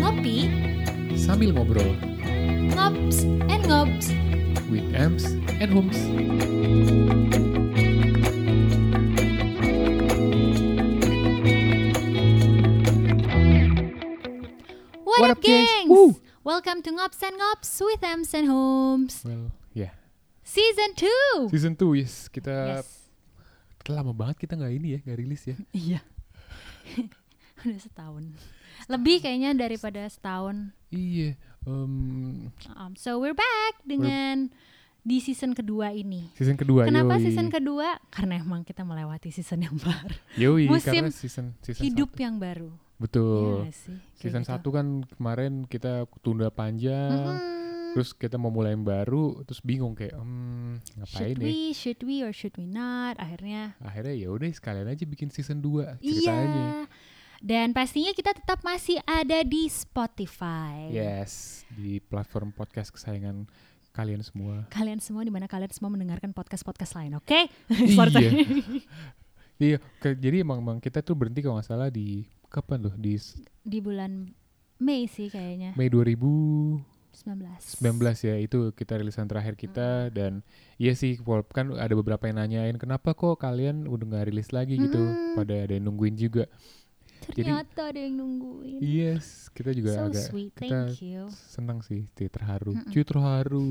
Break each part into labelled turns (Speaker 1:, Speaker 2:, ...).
Speaker 1: Ngopi,
Speaker 2: Sambil ngobrol
Speaker 1: ngops, and ngops.
Speaker 2: with Ems and Hums.
Speaker 1: What,
Speaker 2: What
Speaker 1: up,
Speaker 2: up, gengs?
Speaker 1: gengs?
Speaker 2: Woo.
Speaker 1: Welcome to Ngops and Ngops with Ems and Homes.
Speaker 2: Well, ya.
Speaker 1: Season 2.
Speaker 2: Oh. Season 2 yes. Kita
Speaker 1: Yes.
Speaker 2: kita lama banget kita nggak ini ya, nggak rilis ya.
Speaker 1: Iya. Udah setahun. Lebih kayaknya daripada setahun.
Speaker 2: Iya. em,
Speaker 1: Um, so we're back dengan di season kedua ini.
Speaker 2: season kedua.
Speaker 1: Kenapa
Speaker 2: yoi.
Speaker 1: season kedua? Karena emang kita melewati season yang baru.
Speaker 2: Yoi,
Speaker 1: musim
Speaker 2: karena season season
Speaker 1: Hidup
Speaker 2: satu.
Speaker 1: yang baru. Iya
Speaker 2: Betul.
Speaker 1: nggak sih? Kayak
Speaker 2: season
Speaker 1: gitu. Mm-hmm.
Speaker 2: 1 kan kemarin kita tunda panjang.
Speaker 1: Mm-mm.
Speaker 2: Terus kita mau mulai yang baru, terus bingung kayak, "Hmm,
Speaker 1: Should
Speaker 2: ngapain ya?
Speaker 1: we, should we, or should we not? Akhirnya
Speaker 2: Akhirnya ya udah sekalian aja bikin season 2 ceritanya.
Speaker 1: Iya. Dan pastinya kita tetap masih ada di Spotify.
Speaker 2: Iya. Yes, di platform podcast kesayangan kalian semua.
Speaker 1: Kalian semua di mana kalian semua mendengarkan podcast-podcast lain, oke? Sorry,
Speaker 2: iya.
Speaker 1: sorry.
Speaker 2: iya, ke- jadi emang, emang kita tuh berhenti kalau nggak salah di kapan loh? Di s-
Speaker 1: Di bulan Mei sih kayaknya.
Speaker 2: Mei 2019
Speaker 1: 19.
Speaker 2: ya itu kita rilisan terakhir kita
Speaker 1: Hmm.
Speaker 2: dan iya sih wal- kan ada beberapa yang nanyain kenapa kok kalian udah nggak rilis lagi gitu
Speaker 1: Mm-mm.
Speaker 2: pada ada yang nungguin juga. Jadi-
Speaker 1: Ternyata ada yang nungguin.
Speaker 2: Yes, kita juga
Speaker 1: so
Speaker 2: agak
Speaker 1: sweet,
Speaker 2: kita
Speaker 1: thank you.
Speaker 2: senang sih, cuy, terharu.
Speaker 1: Mm-mm.
Speaker 2: Cuy terharu.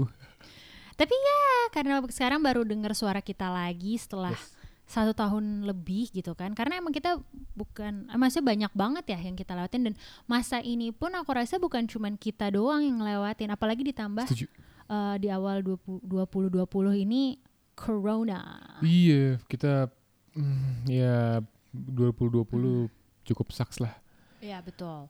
Speaker 1: Tapi ya karena sekarang baru dengar suara kita lagi setelah
Speaker 2: Yes.
Speaker 1: satu tahun lebih gitu kan karena emang kita bukan eh, maksudnya banyak banget ya yang kita lewatin dan masa ini pun aku rasa bukan cuman kita doang yang ngelewatin apalagi ditambah
Speaker 2: Setuju.
Speaker 1: eh, di awal 20 2020 ini corona
Speaker 2: Iya, kita mm, ya 2020
Speaker 1: Hmm.
Speaker 2: cukup saks lah.
Speaker 1: ya betul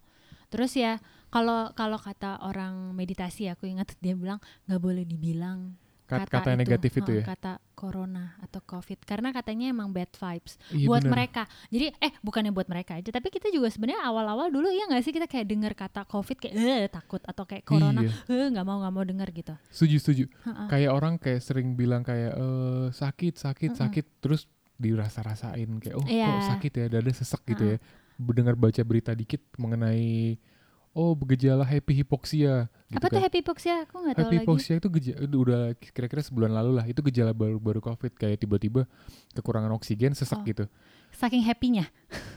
Speaker 1: terus ya kalau kalau kata orang meditasi aku ingat dia bilang nggak boleh dibilang
Speaker 2: Kat- Kata, yang negatif itu
Speaker 1: eh,
Speaker 2: ya.
Speaker 1: kata corona atau covid karena katanya emang bad vibes
Speaker 2: Iya,
Speaker 1: buat
Speaker 2: benar.
Speaker 1: mereka. Jadi eh bukannya buat mereka aja, tapi kita juga sebenarnya awal-awal dulu ya nggak sih kita kayak dengar kata covid kayak eh takut atau kayak corona
Speaker 2: Iya.
Speaker 1: eh nggak mau nggak mau dengar gitu.
Speaker 2: Setuju, setuju.
Speaker 1: Ha-ha.
Speaker 2: Kayak orang kayak sering bilang kayak eh, sakit, sakit,
Speaker 1: Mm-mm.
Speaker 2: sakit, terus dirasa-rasain kayak oh
Speaker 1: Iya. Ah.
Speaker 2: kok sakit ya, dada sesek gitu ya. Dengar baca berita dikit mengenai oh gejala happy hypoxia. Gitu
Speaker 1: Apa tuh
Speaker 2: kan.
Speaker 1: happy hypoxia? Aku nggak tahu
Speaker 2: Happy
Speaker 1: lagi.
Speaker 2: hypoxia itu geja- udah- udah kira-kira sebulan lalu lah itu gejala baru-baru covid kayak tiba-tiba kekurangan oksigen sesek
Speaker 1: Oh.
Speaker 2: gitu.
Speaker 1: Saking happynya.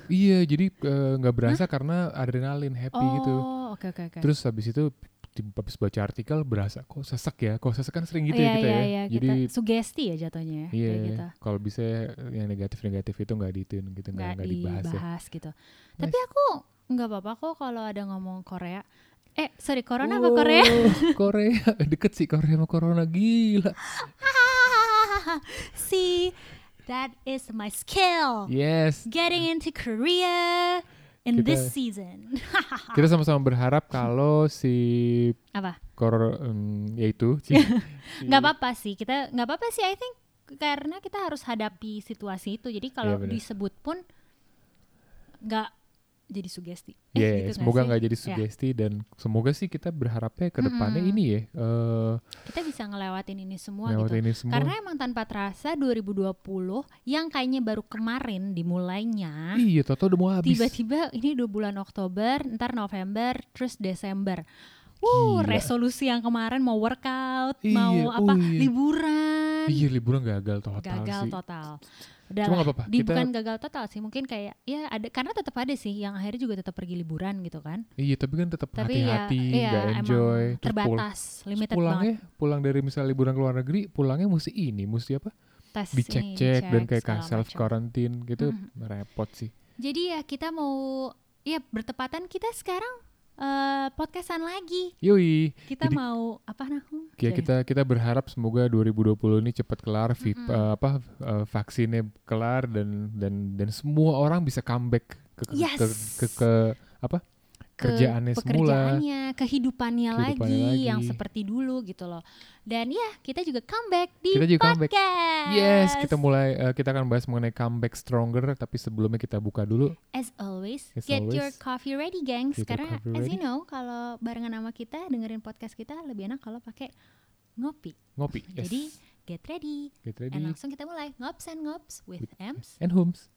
Speaker 2: Iya, jadi eh, nggak berasa karena adrenalin happy
Speaker 1: Oh,
Speaker 2: gitu.
Speaker 1: oke oke oke.
Speaker 2: Terus habis itu di- habis baca artikel berasa kok sesek ya. Kok sesek kan sering gitu
Speaker 1: Iya,
Speaker 2: ya kita
Speaker 1: iya,
Speaker 2: ya.
Speaker 1: iya,
Speaker 2: Jadi
Speaker 1: kita sugesti ya jatuhnya ya
Speaker 2: Iya,
Speaker 1: kayak gitu.
Speaker 2: kalau bisa yang negatif-negatif itu nggak diituin gitu, nggak
Speaker 1: Nggak
Speaker 2: nggak dibahas
Speaker 1: dibahas
Speaker 2: ya.
Speaker 1: gitu. Tapi aku nggak apa-apa kok kalau ada ngomong Korea. Eh, sorry, corona apa Korea?
Speaker 2: Wow, Oh, Korea deket sih Korea sama Corona gila.
Speaker 1: See, that is my skill.
Speaker 2: Yes,
Speaker 1: getting into Korea in
Speaker 2: Iya. Kita-
Speaker 1: this season.
Speaker 2: kita sama-sama berharap kalau si
Speaker 1: apa?
Speaker 2: Kor, em, yaitu si, si-
Speaker 1: Nggak apa-apa sih. Kita nggak apa-apa sih. I think karena kita harus hadapi situasi itu. Jadi kalau
Speaker 2: Iya, benar.
Speaker 1: disebut pun nggak jadi sugesti. Eh, gitu
Speaker 2: Yeah,
Speaker 1: nggak
Speaker 2: Iya, semoga
Speaker 1: sih?
Speaker 2: nggak jadi
Speaker 1: Ya, Hmm.
Speaker 2: sugesti dan semoga sih kita berharapnya ke depannya
Speaker 1: Mm-mm.
Speaker 2: ini ya eh
Speaker 1: kita bisa ngelewatin ini semua
Speaker 2: lewat
Speaker 1: gitu.
Speaker 2: ini semua.
Speaker 1: Karena emang tanpa terasa 2020 yang kayaknya baru kemarin dimulainya.
Speaker 2: iya, Toto udah mau habis.
Speaker 1: Tiba-tiba ini dua bulan Oktober, ntar November, terus Desember. Wuh,
Speaker 2: Gila.
Speaker 1: resolusi yang kemarin mau workout,
Speaker 2: Iya,
Speaker 1: mau
Speaker 2: oh
Speaker 1: apa
Speaker 2: iya.
Speaker 1: liburan,
Speaker 2: Iya, liburan gagal total
Speaker 1: gagal
Speaker 2: sih.
Speaker 1: total.
Speaker 2: Cuma
Speaker 1: Udah lah,
Speaker 2: nggak apa-apa.
Speaker 1: di
Speaker 2: Kita
Speaker 1: bukan gagal total sih, mungkin kayak ya ada karena tetap ada sih yang akhirnya juga tetap pergi liburan gitu kan.
Speaker 2: iya, tapi kan tetap
Speaker 1: Tapi ya,
Speaker 2: hati-hati,
Speaker 1: iya,
Speaker 2: nggak
Speaker 1: emang
Speaker 2: enjoy, terus pul-
Speaker 1: terbatas, limited banget
Speaker 2: pulangnya pulang dari misalnya liburan ke luar negeri pulangnya mesti ini mesti apa
Speaker 1: tes ini,
Speaker 2: dicek-cek dan
Speaker 1: dicek,
Speaker 2: kayak
Speaker 1: segala
Speaker 2: self
Speaker 1: macam.
Speaker 2: quarantine gitu
Speaker 1: Mm.
Speaker 2: repot sih
Speaker 1: Jadi ya kita mau ya bertepatan kita sekarang eh, podcastan lagi.
Speaker 2: yoi
Speaker 1: Kita
Speaker 2: Jadi-
Speaker 1: mau apa nah, Nahum?
Speaker 2: ya
Speaker 1: Sorry.
Speaker 2: kita kita berharap semoga 2020 ini cepat kelar vi-
Speaker 1: Mm-mm.
Speaker 2: eh, apa eh, vaksinnya kelar dan dan dan semua orang bisa comeback ke ke,
Speaker 1: Yes.
Speaker 2: ke, ke- ke- apa kerjaannya semula.
Speaker 1: pekerjaannya, kehidupannya,
Speaker 2: Kehidupannya
Speaker 1: lagi, yang
Speaker 2: lagi.
Speaker 1: seperti dulu gitu loh. Dan ya, kita juga comeback di
Speaker 2: Kita juga comeback.
Speaker 1: podcast.
Speaker 2: Yes, kita mulai eh, kita akan bahas mengenai comeback stronger tapi sebelumnya kita buka dulu.
Speaker 1: As always,
Speaker 2: As
Speaker 1: get your
Speaker 2: always.
Speaker 1: coffee ready, gengs.
Speaker 2: Get your
Speaker 1: Karena
Speaker 2: coffee
Speaker 1: as
Speaker 2: ready.
Speaker 1: you know, kalau barengan sama kita dengerin podcast kita lebih enak kalau pakai ngopi.
Speaker 2: Ngopi. Yes.
Speaker 1: Jadi get ready.
Speaker 2: Get ready.
Speaker 1: And langsung kita mulai ngops and ngops with Ems.
Speaker 2: And homes.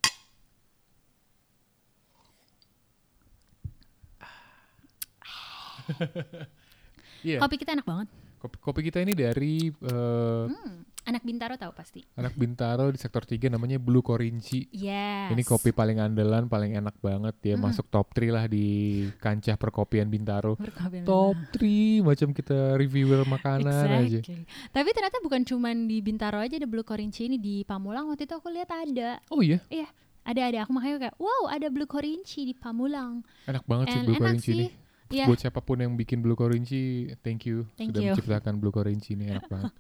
Speaker 2: Iya.
Speaker 1: Kopi kita enak banget.
Speaker 2: Kopi, kopi kita ini dari eh,
Speaker 1: Hmm, anak Bintaro tahu pasti.
Speaker 2: anak Bintaro di sektor 3 namanya Blue Korinci.
Speaker 1: Yes.
Speaker 2: Ini kopi paling andalan, paling enak banget ya. Masuk top 3 lah di kancah perkopian Bintaro.
Speaker 1: Berkopi
Speaker 2: Top 3 macam kita reviewer makanan aja.
Speaker 1: Exactly. Tapi ternyata bukan cuman di Bintaro aja ada Blue Corinci ini di Pamulang waktu itu aku lihat ada.
Speaker 2: Oh iya,
Speaker 1: Iya, ada ada aku makanya kayak wow, ada Blue Corinci di Pamulang.
Speaker 2: enak banget sih
Speaker 1: And
Speaker 2: Oh, Blue
Speaker 1: enak
Speaker 2: Korinci ini.
Speaker 1: sih. Iya.
Speaker 2: Buat siapapun yang bikin Blue Korinci, thank you
Speaker 1: Thank you.
Speaker 2: sudah menciptakan Blue Korinci ini enak banget.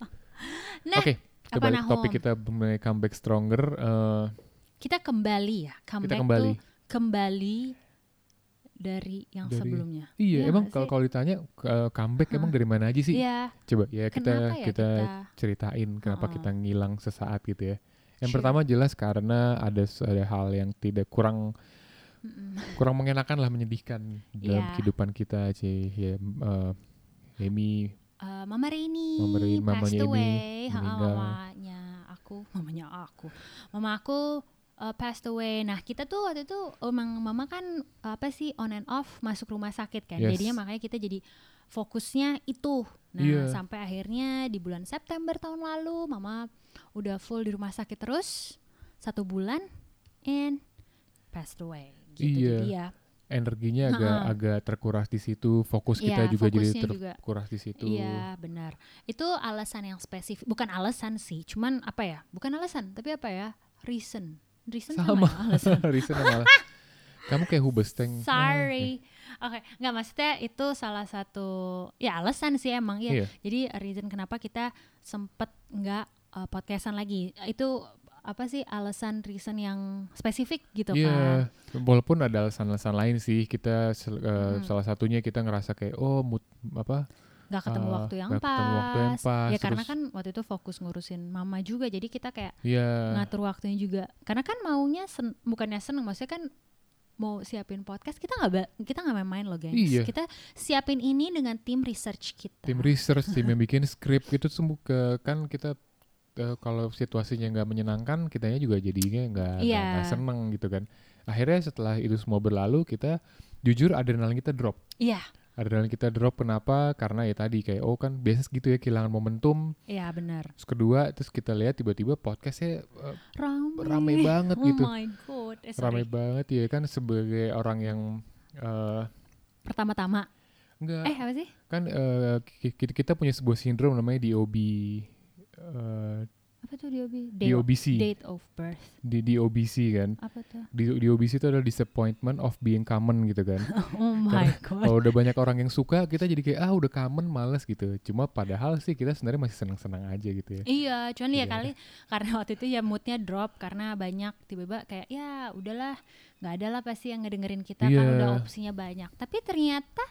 Speaker 1: Nah,
Speaker 2: Oke, kita
Speaker 1: apa
Speaker 2: balik
Speaker 1: nah,
Speaker 2: ke topik
Speaker 1: Hom?
Speaker 2: kita mengenai comeback stronger. Eh,
Speaker 1: Kita kembali ya, comeback
Speaker 2: kembali.
Speaker 1: tuh kembali dari yang
Speaker 2: Dari-
Speaker 1: sebelumnya. Iya
Speaker 2: iya, emang
Speaker 1: nggak
Speaker 2: kalau
Speaker 1: sih?
Speaker 2: kalau ditanya eh, comeback emang dari mana aja sih?
Speaker 1: Iya,
Speaker 2: Coba ya kita
Speaker 1: kenapa ya
Speaker 2: kita
Speaker 1: kita,
Speaker 2: ceritain kenapa
Speaker 1: Ha-ha.
Speaker 2: kita ngilang sesaat gitu ya. Yang
Speaker 1: Sure.
Speaker 2: pertama jelas karena ada ada hal yang tidak kurang
Speaker 1: Mm-mm.
Speaker 2: kurang mengenakan lah menyedihkan dalam
Speaker 1: Iya.
Speaker 2: kehidupan kita sih. Ya, eh, Amy
Speaker 1: Eh, Mama Reni
Speaker 2: Mama Reni,
Speaker 1: passed
Speaker 2: mamanya ini
Speaker 1: away. Ha,
Speaker 2: meninggal.
Speaker 1: mamanya aku, mamanya aku. Mama aku eh, passed away. Nah, kita tuh waktu itu emang mama kan eh, apa sih on and off masuk rumah sakit kan.
Speaker 2: Yes.
Speaker 1: Jadinya makanya kita jadi fokusnya itu. Nah,
Speaker 2: Iya.
Speaker 1: sampai akhirnya di bulan September tahun lalu mama udah full di rumah sakit terus satu bulan and passed away. Gitu
Speaker 2: Iya.
Speaker 1: jadi ya.
Speaker 2: energinya agak
Speaker 1: Ha-ha.
Speaker 2: agak terkuras di situ, fokus kita
Speaker 1: Iya,
Speaker 2: juga jadi
Speaker 1: fokusnya juga.
Speaker 2: terkuras di situ.
Speaker 1: Iya benar. Itu alasan yang spesifik. Bukan alasan sih, cuman apa ya? Bukan alasan, tapi apa ya? Reason. Reason sama,
Speaker 2: Sama. Iya.
Speaker 1: ya, alasan.
Speaker 2: Reason malah. Kamu kayak hubes tank.
Speaker 1: Sorry. Oke, nggak maksudnya itu salah satu ya alasan sih emang ya.
Speaker 2: Iya.
Speaker 1: Jadi reason kenapa kita sempet nggak eh, podcastan lagi itu apa sih alasan reason yang spesifik gitu kan?
Speaker 2: Iya, walaupun ada alasan-alasan lain sih kita sel- eh,
Speaker 1: Mm.
Speaker 2: salah satunya kita ngerasa kayak oh mood apa
Speaker 1: Nggak ketemu
Speaker 2: Ah,
Speaker 1: waktu yang
Speaker 2: nggak
Speaker 1: pas.
Speaker 2: ketemu waktu yang pas,
Speaker 1: Ya karena
Speaker 2: terus-
Speaker 1: kan waktu itu fokus ngurusin mama juga, jadi kita kayak
Speaker 2: ya
Speaker 1: ngatur waktunya juga karena kan maunya sen- bukannya seneng maksudnya kan mau siapin podcast kita nggak ba- kita nggak main-main loh guys
Speaker 2: Iya.
Speaker 1: kita siapin ini dengan tim research kita
Speaker 2: tim research, tim yang bikin skrip itu gitu semua ke- kan kita eh, kalau situasinya nggak menyenangkan, kitanya juga jadinya nggak nggak-
Speaker 1: Iya.
Speaker 2: nggak seneng gitu kan. Akhirnya setelah itu semua berlalu, kita jujur adrenalin kita drop.
Speaker 1: iya
Speaker 2: Adrenalin kita drop kenapa? Karena ya tadi kayak oh kan biasa gitu ya kehilangan momentum.
Speaker 1: iya benar
Speaker 2: Terus kedua, terus kita lihat tiba-tiba podcastnya eh,
Speaker 1: rame
Speaker 2: rame banget
Speaker 1: oh
Speaker 2: gitu.
Speaker 1: my god Eh, sorry.
Speaker 2: Rame banget ya kan sebagai orang yang eh
Speaker 1: pertama-tama
Speaker 2: enggak
Speaker 1: eh apa sih
Speaker 2: kan eh, ki- ki- kita punya sebuah sindrom namanya DOB eh,
Speaker 1: apa tuh DOB Day-
Speaker 2: DOBC
Speaker 1: date of birth
Speaker 2: di DOBC kan
Speaker 1: apa tuh
Speaker 2: di DOBC itu adalah disappointment of being common gitu kan
Speaker 1: oh my god
Speaker 2: kalau udah banyak orang yang suka kita jadi kayak ah udah common males gitu cuma padahal sih kita sebenarnya masih senang-senang aja gitu ya
Speaker 1: Iya, cuman ya
Speaker 2: Iya.
Speaker 1: kali karena waktu itu ya moodnya drop karena banyak tiba-tiba kayak ya udahlah nggak ada lah pasti yang ngedengerin kita kan
Speaker 2: Iya.
Speaker 1: udah opsinya banyak. Tapi ternyata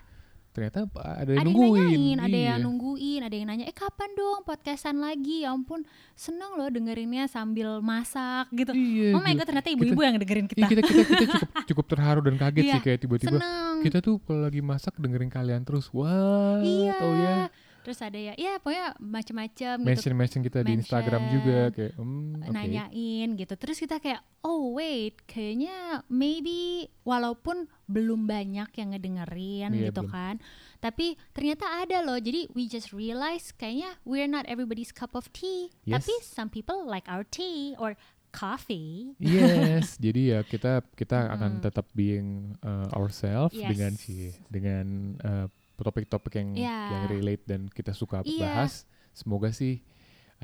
Speaker 2: ternyata ada
Speaker 1: ada
Speaker 2: yang
Speaker 1: yang
Speaker 2: nungguin
Speaker 1: nanyain, ada
Speaker 2: iya.
Speaker 1: yang nungguin, ada yang nanya, eh kapan dong podcastan lagi? Ya ampun, seneng loh dengerinnya sambil masak gitu.
Speaker 2: Iya,
Speaker 1: oh my
Speaker 2: gila.
Speaker 1: god, ternyata ibu-ibu yang dengerin kita.
Speaker 2: Iya, kita kita kita cukup cukup terharu dan kaget
Speaker 1: Iya,
Speaker 2: sih kayak tiba-tiba
Speaker 1: seneng.
Speaker 2: kita tuh kalau lagi masak dengerin kalian terus wah
Speaker 1: iya.
Speaker 2: oh ya
Speaker 1: Terus ada ya, ya pokoknya macem-macem gitu
Speaker 2: mention mention kita di Instagram
Speaker 1: Mention,
Speaker 2: juga kayak hmm, oke
Speaker 1: nanyain gitu. Terus kita kayak oh wait, kayaknya maybe walaupun belum banyak yang ngedengerin
Speaker 2: Iya,
Speaker 1: gitu
Speaker 2: belum.
Speaker 1: kan. Tapi ternyata ada loh. Jadi we just realize kayaknya we're not everybody's cup of tea.
Speaker 2: Yes.
Speaker 1: Tapi some people like our tea or coffee.
Speaker 2: yes jadi ya kita kita akan tetap being uh, ourselves
Speaker 1: Yes.
Speaker 2: dengan sih dengan uh, topik-topik yang
Speaker 1: Iya.
Speaker 2: yang relate dan kita suka
Speaker 1: Iya.
Speaker 2: bahas semoga sih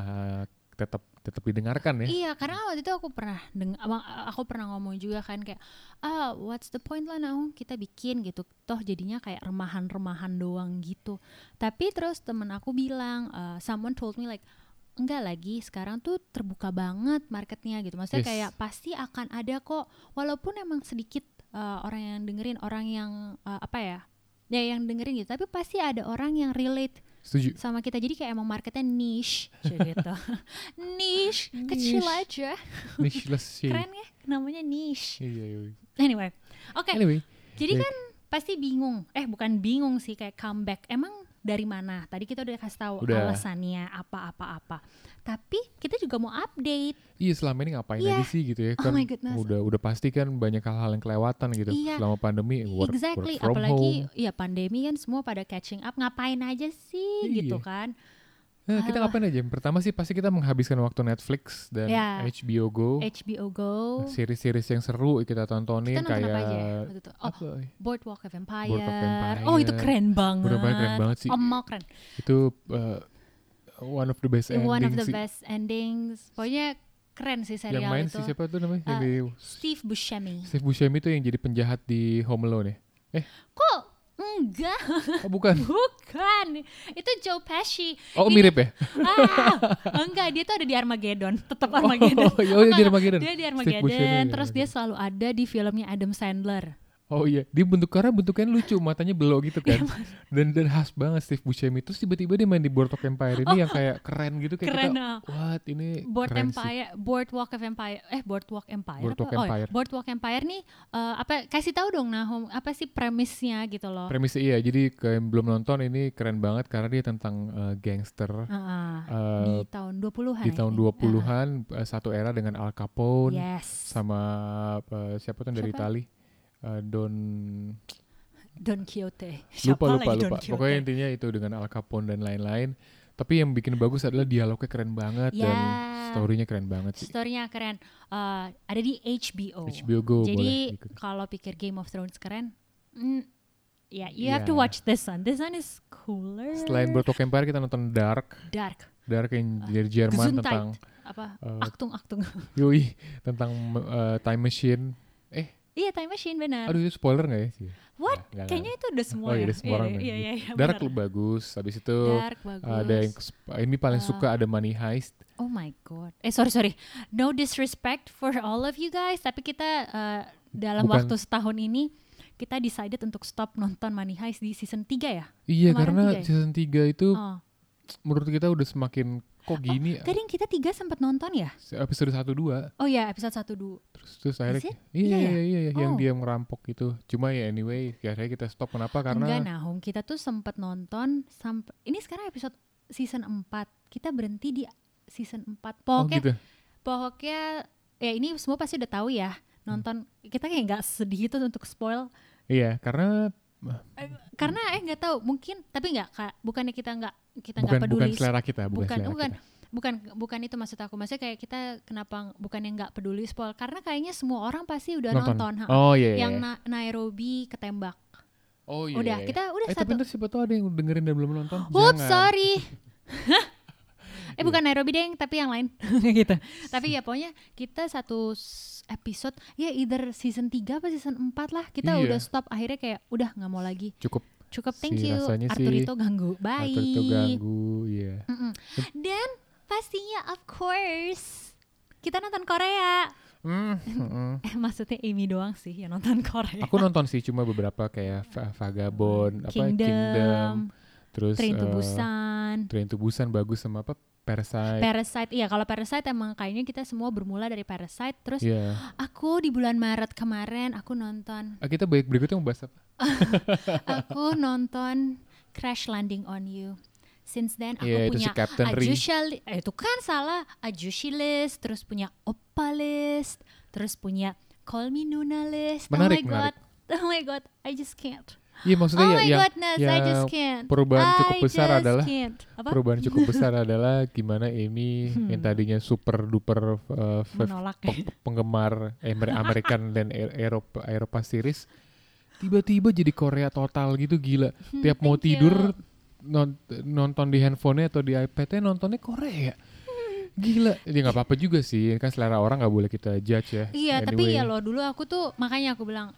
Speaker 2: uh, tetap tetap didengarkan ya
Speaker 1: Iya, karena waktu itu aku pernah deng abang- aku pernah ngomong juga kan kayak ah what's the point lah now kita bikin gitu. Toh jadinya kayak remahan-remahan doang gitu. Tapi terus temen aku bilang eh, someone told me like enggak lagi sekarang tuh terbuka banget marketnya gitu. Maksudnya
Speaker 2: Yes.
Speaker 1: kayak pasti akan ada kok walaupun emang sedikit eh, orang yang dengerin orang yang eh, apa ya ya yang dengerin gitu tapi pasti ada orang yang relate
Speaker 2: Setuju.
Speaker 1: sama kita jadi kayak emang marketnya niche gitu niche kecil aja
Speaker 2: Niche lah sih.
Speaker 1: keren ya namanya niche
Speaker 2: Iya, iya, iya.
Speaker 1: anyway oke
Speaker 2: Anyway,
Speaker 1: jadi
Speaker 2: baik.
Speaker 1: kan pasti bingung eh bukan bingung sih kayak comeback emang dari mana tadi kita udah kasih tahu
Speaker 2: Udah.
Speaker 1: alasannya apa-apa-apa tapi kita juga mau update
Speaker 2: Iya selama ini ngapain
Speaker 1: Iya.
Speaker 2: aja sih gitu ya
Speaker 1: Oh
Speaker 2: kan
Speaker 1: my goodness.
Speaker 2: udah udah pasti kan banyak hal-hal yang kelewatan gitu
Speaker 1: Iya.
Speaker 2: selama pandemi work,
Speaker 1: exactly
Speaker 2: work from
Speaker 1: apalagi
Speaker 2: home
Speaker 1: ya pandemi kan semua pada catching up ngapain aja sih
Speaker 2: Iya.
Speaker 1: gitu kan
Speaker 2: Nah, kita ngapain aja yang pertama sih pasti kita menghabiskan waktu Netflix dan
Speaker 1: Ya.
Speaker 2: HBO Go
Speaker 1: HBO Go
Speaker 2: series-series yang seru kita
Speaker 1: kita
Speaker 2: tontonin
Speaker 1: nonton
Speaker 2: kayak
Speaker 1: apa aja ya waktu itu? oh
Speaker 2: apa ya?
Speaker 1: Boardwalk of Empire.
Speaker 2: Empire.
Speaker 1: Oh itu keren banget.
Speaker 2: Boardwalk Empire keren banget sih.
Speaker 1: Emang keren.
Speaker 2: itu uh, one of the best ending
Speaker 1: One of the
Speaker 2: sih
Speaker 1: best endings. Pokoknya keren sih serial
Speaker 2: yang main
Speaker 1: itu.
Speaker 2: sih siapa tuh namanya yang
Speaker 1: Eh,
Speaker 2: di
Speaker 1: Steve Buscemi.
Speaker 2: Steve Buscemi itu yang jadi penjahat di Home Alone ya
Speaker 1: Kok enggak?
Speaker 2: oh bukan
Speaker 1: Bukan. Itu Joe Pesci.
Speaker 2: oh
Speaker 1: Ini-
Speaker 2: mirip ya
Speaker 1: Ah, enggak, dia tuh ada di Armageddon. Tetap Armageddon.
Speaker 2: oh iya, oh, iya,
Speaker 1: Enggak,
Speaker 2: di Armageddon
Speaker 1: Dia di
Speaker 2: Steve
Speaker 1: Armageddon,
Speaker 2: Buscemi iya, di
Speaker 1: terus dia selalu ada di filmnya Adam Sandler.
Speaker 2: Oh iya, dia bentuk karena bentuknya lucu, matanya belok gitu
Speaker 1: Iya,
Speaker 2: kan. dan dan khas banget Steve Buscemi. Terus tiba-tiba dia main di Boardwalk Empire ini yang kayak keren gitu kayak
Speaker 1: Oh. Keren,
Speaker 2: kita,
Speaker 1: ah.
Speaker 2: what ini
Speaker 1: Board
Speaker 2: keren sih."
Speaker 1: Empire, Boardwalk of Empire, eh Boardwalk Empire,
Speaker 2: Boardwalk
Speaker 1: apa?
Speaker 2: Empire.
Speaker 1: Oh, ya, Boardwalk Empire nih eh, apa? Kasih tahu dong Nahum, apa sih premisnya gitu loh?
Speaker 2: Premisnya iya, jadi ke yang belum nonton ini keren banget karena dia tentang eh, gangster
Speaker 1: Heeh,
Speaker 2: eh,
Speaker 1: Nah, di tahun 20-an.
Speaker 2: di
Speaker 1: I
Speaker 2: tahun
Speaker 1: think.
Speaker 2: 20-an eh, satu era dengan Al
Speaker 1: Heeh.
Speaker 2: Capone
Speaker 1: Yes.
Speaker 2: sama eh, siapa tuh yang dari
Speaker 1: Siapa?
Speaker 2: Itali? Eh, Don
Speaker 1: Don Quixote. Siapa
Speaker 2: lupa lupa
Speaker 1: lagi Don
Speaker 2: lupa.
Speaker 1: Quixote?
Speaker 2: Pokoknya intinya itu dengan Al Capone dan lain-lain. Tapi yang bikin bagus adalah dialognya keren banget dan
Speaker 1: Ya.
Speaker 2: story-nya keren banget sih.
Speaker 1: Story-nya keren. Eh, ada di HBO.
Speaker 2: HBO Go
Speaker 1: Jadi
Speaker 2: boleh gitu. ikut.
Speaker 1: kalau pikir Game of Thrones keren, mm, ya you have to
Speaker 2: Ya.
Speaker 1: watch this one. This one is cooler.
Speaker 2: Selain Boardwalk Empire kita nonton Dark,
Speaker 1: Dark.
Speaker 2: Dark yang dari Jerman
Speaker 1: Ah, Gesundheit.
Speaker 2: tentang
Speaker 1: Apa?
Speaker 2: Eh.
Speaker 1: Aktung-aktung.
Speaker 2: Yoi tentang eh, time machine. Eh,
Speaker 1: Iya, Time Machine benar.
Speaker 2: aduh itu spoiler nggak ya? sih?
Speaker 1: What?
Speaker 2: Nggak, nggak,
Speaker 1: Kayaknya itu udah semua ya.
Speaker 2: Oh, iya, udah semua orang
Speaker 1: iya,
Speaker 2: main.
Speaker 1: iya, iya,
Speaker 2: nggak. Dark
Speaker 1: benar.
Speaker 2: bagus. Habis itu
Speaker 1: Dark bagus. Ah.
Speaker 2: ada yang kes- ini paling suka ada Money Heist.
Speaker 1: Oh my god. Eh sorry sorry. No disrespect for all of you guys, tapi kita eh, dalam
Speaker 2: Bukan.
Speaker 1: waktu setahun ini kita decided untuk stop nonton Money Heist di season 3 ya. Kemarin
Speaker 2: Iya karena
Speaker 1: tiga ya?
Speaker 2: season 3 itu
Speaker 1: Oh. kan
Speaker 2: menurut kita udah semakin kok gini
Speaker 1: Kadang kita tiga sempat nonton ya?
Speaker 2: episode 1 2
Speaker 1: Oh ya, episode 1 dulu.
Speaker 2: terus terus akhirnya
Speaker 1: it? Iya
Speaker 2: iya iya
Speaker 1: ya?
Speaker 2: iya, iya, yang
Speaker 1: Oh.
Speaker 2: dia merampok gitu. Cuma ya anyway akhirnya kita stop kenapa?
Speaker 1: Enggak nah.
Speaker 2: Karena
Speaker 1: Nahum, kita tuh sempat nonton sampai ini sekarang episode season 4. Kita berhenti di season 4.
Speaker 2: oh
Speaker 1: Pokoknya
Speaker 2: gitu.
Speaker 1: pokoknya ya ini semua pasti udah tahu ya nonton kita kayak nggak sedih itu untuk spoil
Speaker 2: Iya, karena
Speaker 1: karena eh nggak tahu mungkin tapi nggak Kak, bukannya kita nggak kita
Speaker 2: bukan
Speaker 1: nggak
Speaker 2: bukan
Speaker 1: peduli
Speaker 2: selera kita, bukan,
Speaker 1: bukan
Speaker 2: selera
Speaker 1: bukan,
Speaker 2: kita.
Speaker 1: bukan bukan itu maksud aku maksudnya kayak kita kenapa bukan yang nggak peduli spoil karena kayaknya semua orang pasti udah nonton, ha.
Speaker 2: Oh iya iya.
Speaker 1: yang
Speaker 2: iya.
Speaker 1: Na- Nairobi ketembak
Speaker 2: Oh iya.
Speaker 1: udah
Speaker 2: iya.
Speaker 1: kita udah
Speaker 2: eh,
Speaker 1: satu
Speaker 2: tapi ntar siapa tahu ada yang dengerin dan belum nonton.
Speaker 1: Oops,
Speaker 2: Jangan.
Speaker 1: sorry. eh bukan Nairobi deng, tapi yang lain gitu. Tapi ya pokoknya kita satu s- episode ya either season 3 apa season 4 lah. Kita
Speaker 2: Iya.
Speaker 1: udah stop akhirnya kayak udah nggak mau lagi.
Speaker 2: Cukup
Speaker 1: Cukup
Speaker 2: Si
Speaker 1: thank you.
Speaker 2: rasanya sih
Speaker 1: Arturito ganggu. Bye.
Speaker 2: atau itu ganggu, iya.
Speaker 1: Mm-mm. Dan pastinya of course kita nonton Korea.
Speaker 2: Hmm, mm-mm.
Speaker 1: Eh maksudnya Amy doang sih yang nonton Korea.
Speaker 2: Aku nonton sih cuma beberapa kayak Va- Vagabond, apa
Speaker 1: Kingdom,
Speaker 2: terus
Speaker 1: Train to
Speaker 2: eh,
Speaker 1: Busan.
Speaker 2: Train to Busan bagus sama apa? Parasite.
Speaker 1: Parasite, iya kalau Parasite emang kayaknya kita semua bermula dari Parasite Terus
Speaker 2: Iya.
Speaker 1: aku di bulan Maret kemarin aku nonton,
Speaker 2: Ah, kita baik berikutnya mau bahas apa?
Speaker 1: aku nonton Crash Landing on You Since then aku
Speaker 2: Iya, itu si
Speaker 1: punya
Speaker 2: Captain Ri.
Speaker 1: Ajusha li- eh, itu kan salah Ajushi list, terus punya Oppa list, terus punya Call Me Nuna list
Speaker 2: Menarik,
Speaker 1: Oh my
Speaker 2: menarik.
Speaker 1: god, oh my god, I just can't
Speaker 2: Iya, maksudnya
Speaker 1: Oh
Speaker 2: ya
Speaker 1: my
Speaker 2: yang,
Speaker 1: goodness, I
Speaker 2: yang
Speaker 1: just can't
Speaker 2: perubahan cukup
Speaker 1: I
Speaker 2: besar
Speaker 1: just
Speaker 2: adalah-
Speaker 1: can't. Apa? Hmm.
Speaker 2: perubahan cukup besar adalah gimana Amy yang tadinya super duper eh, fe-
Speaker 1: Menolak ya.
Speaker 2: pe- penggemar Amer- American dan E- Eropa Eropa series tiba-tiba jadi Korea total gitu gila. Tiap mau
Speaker 1: Hmm, thank you.
Speaker 2: tidur non- nonton di handphonenya atau di iPadnya nontonnya Korea. Gila, ya nggak apa-apa juga sih. Kan selera orang nggak boleh kita judge ya.
Speaker 1: Iya, tapi
Speaker 2: Anyway.
Speaker 1: ya loh dulu aku tuh makanya aku bilang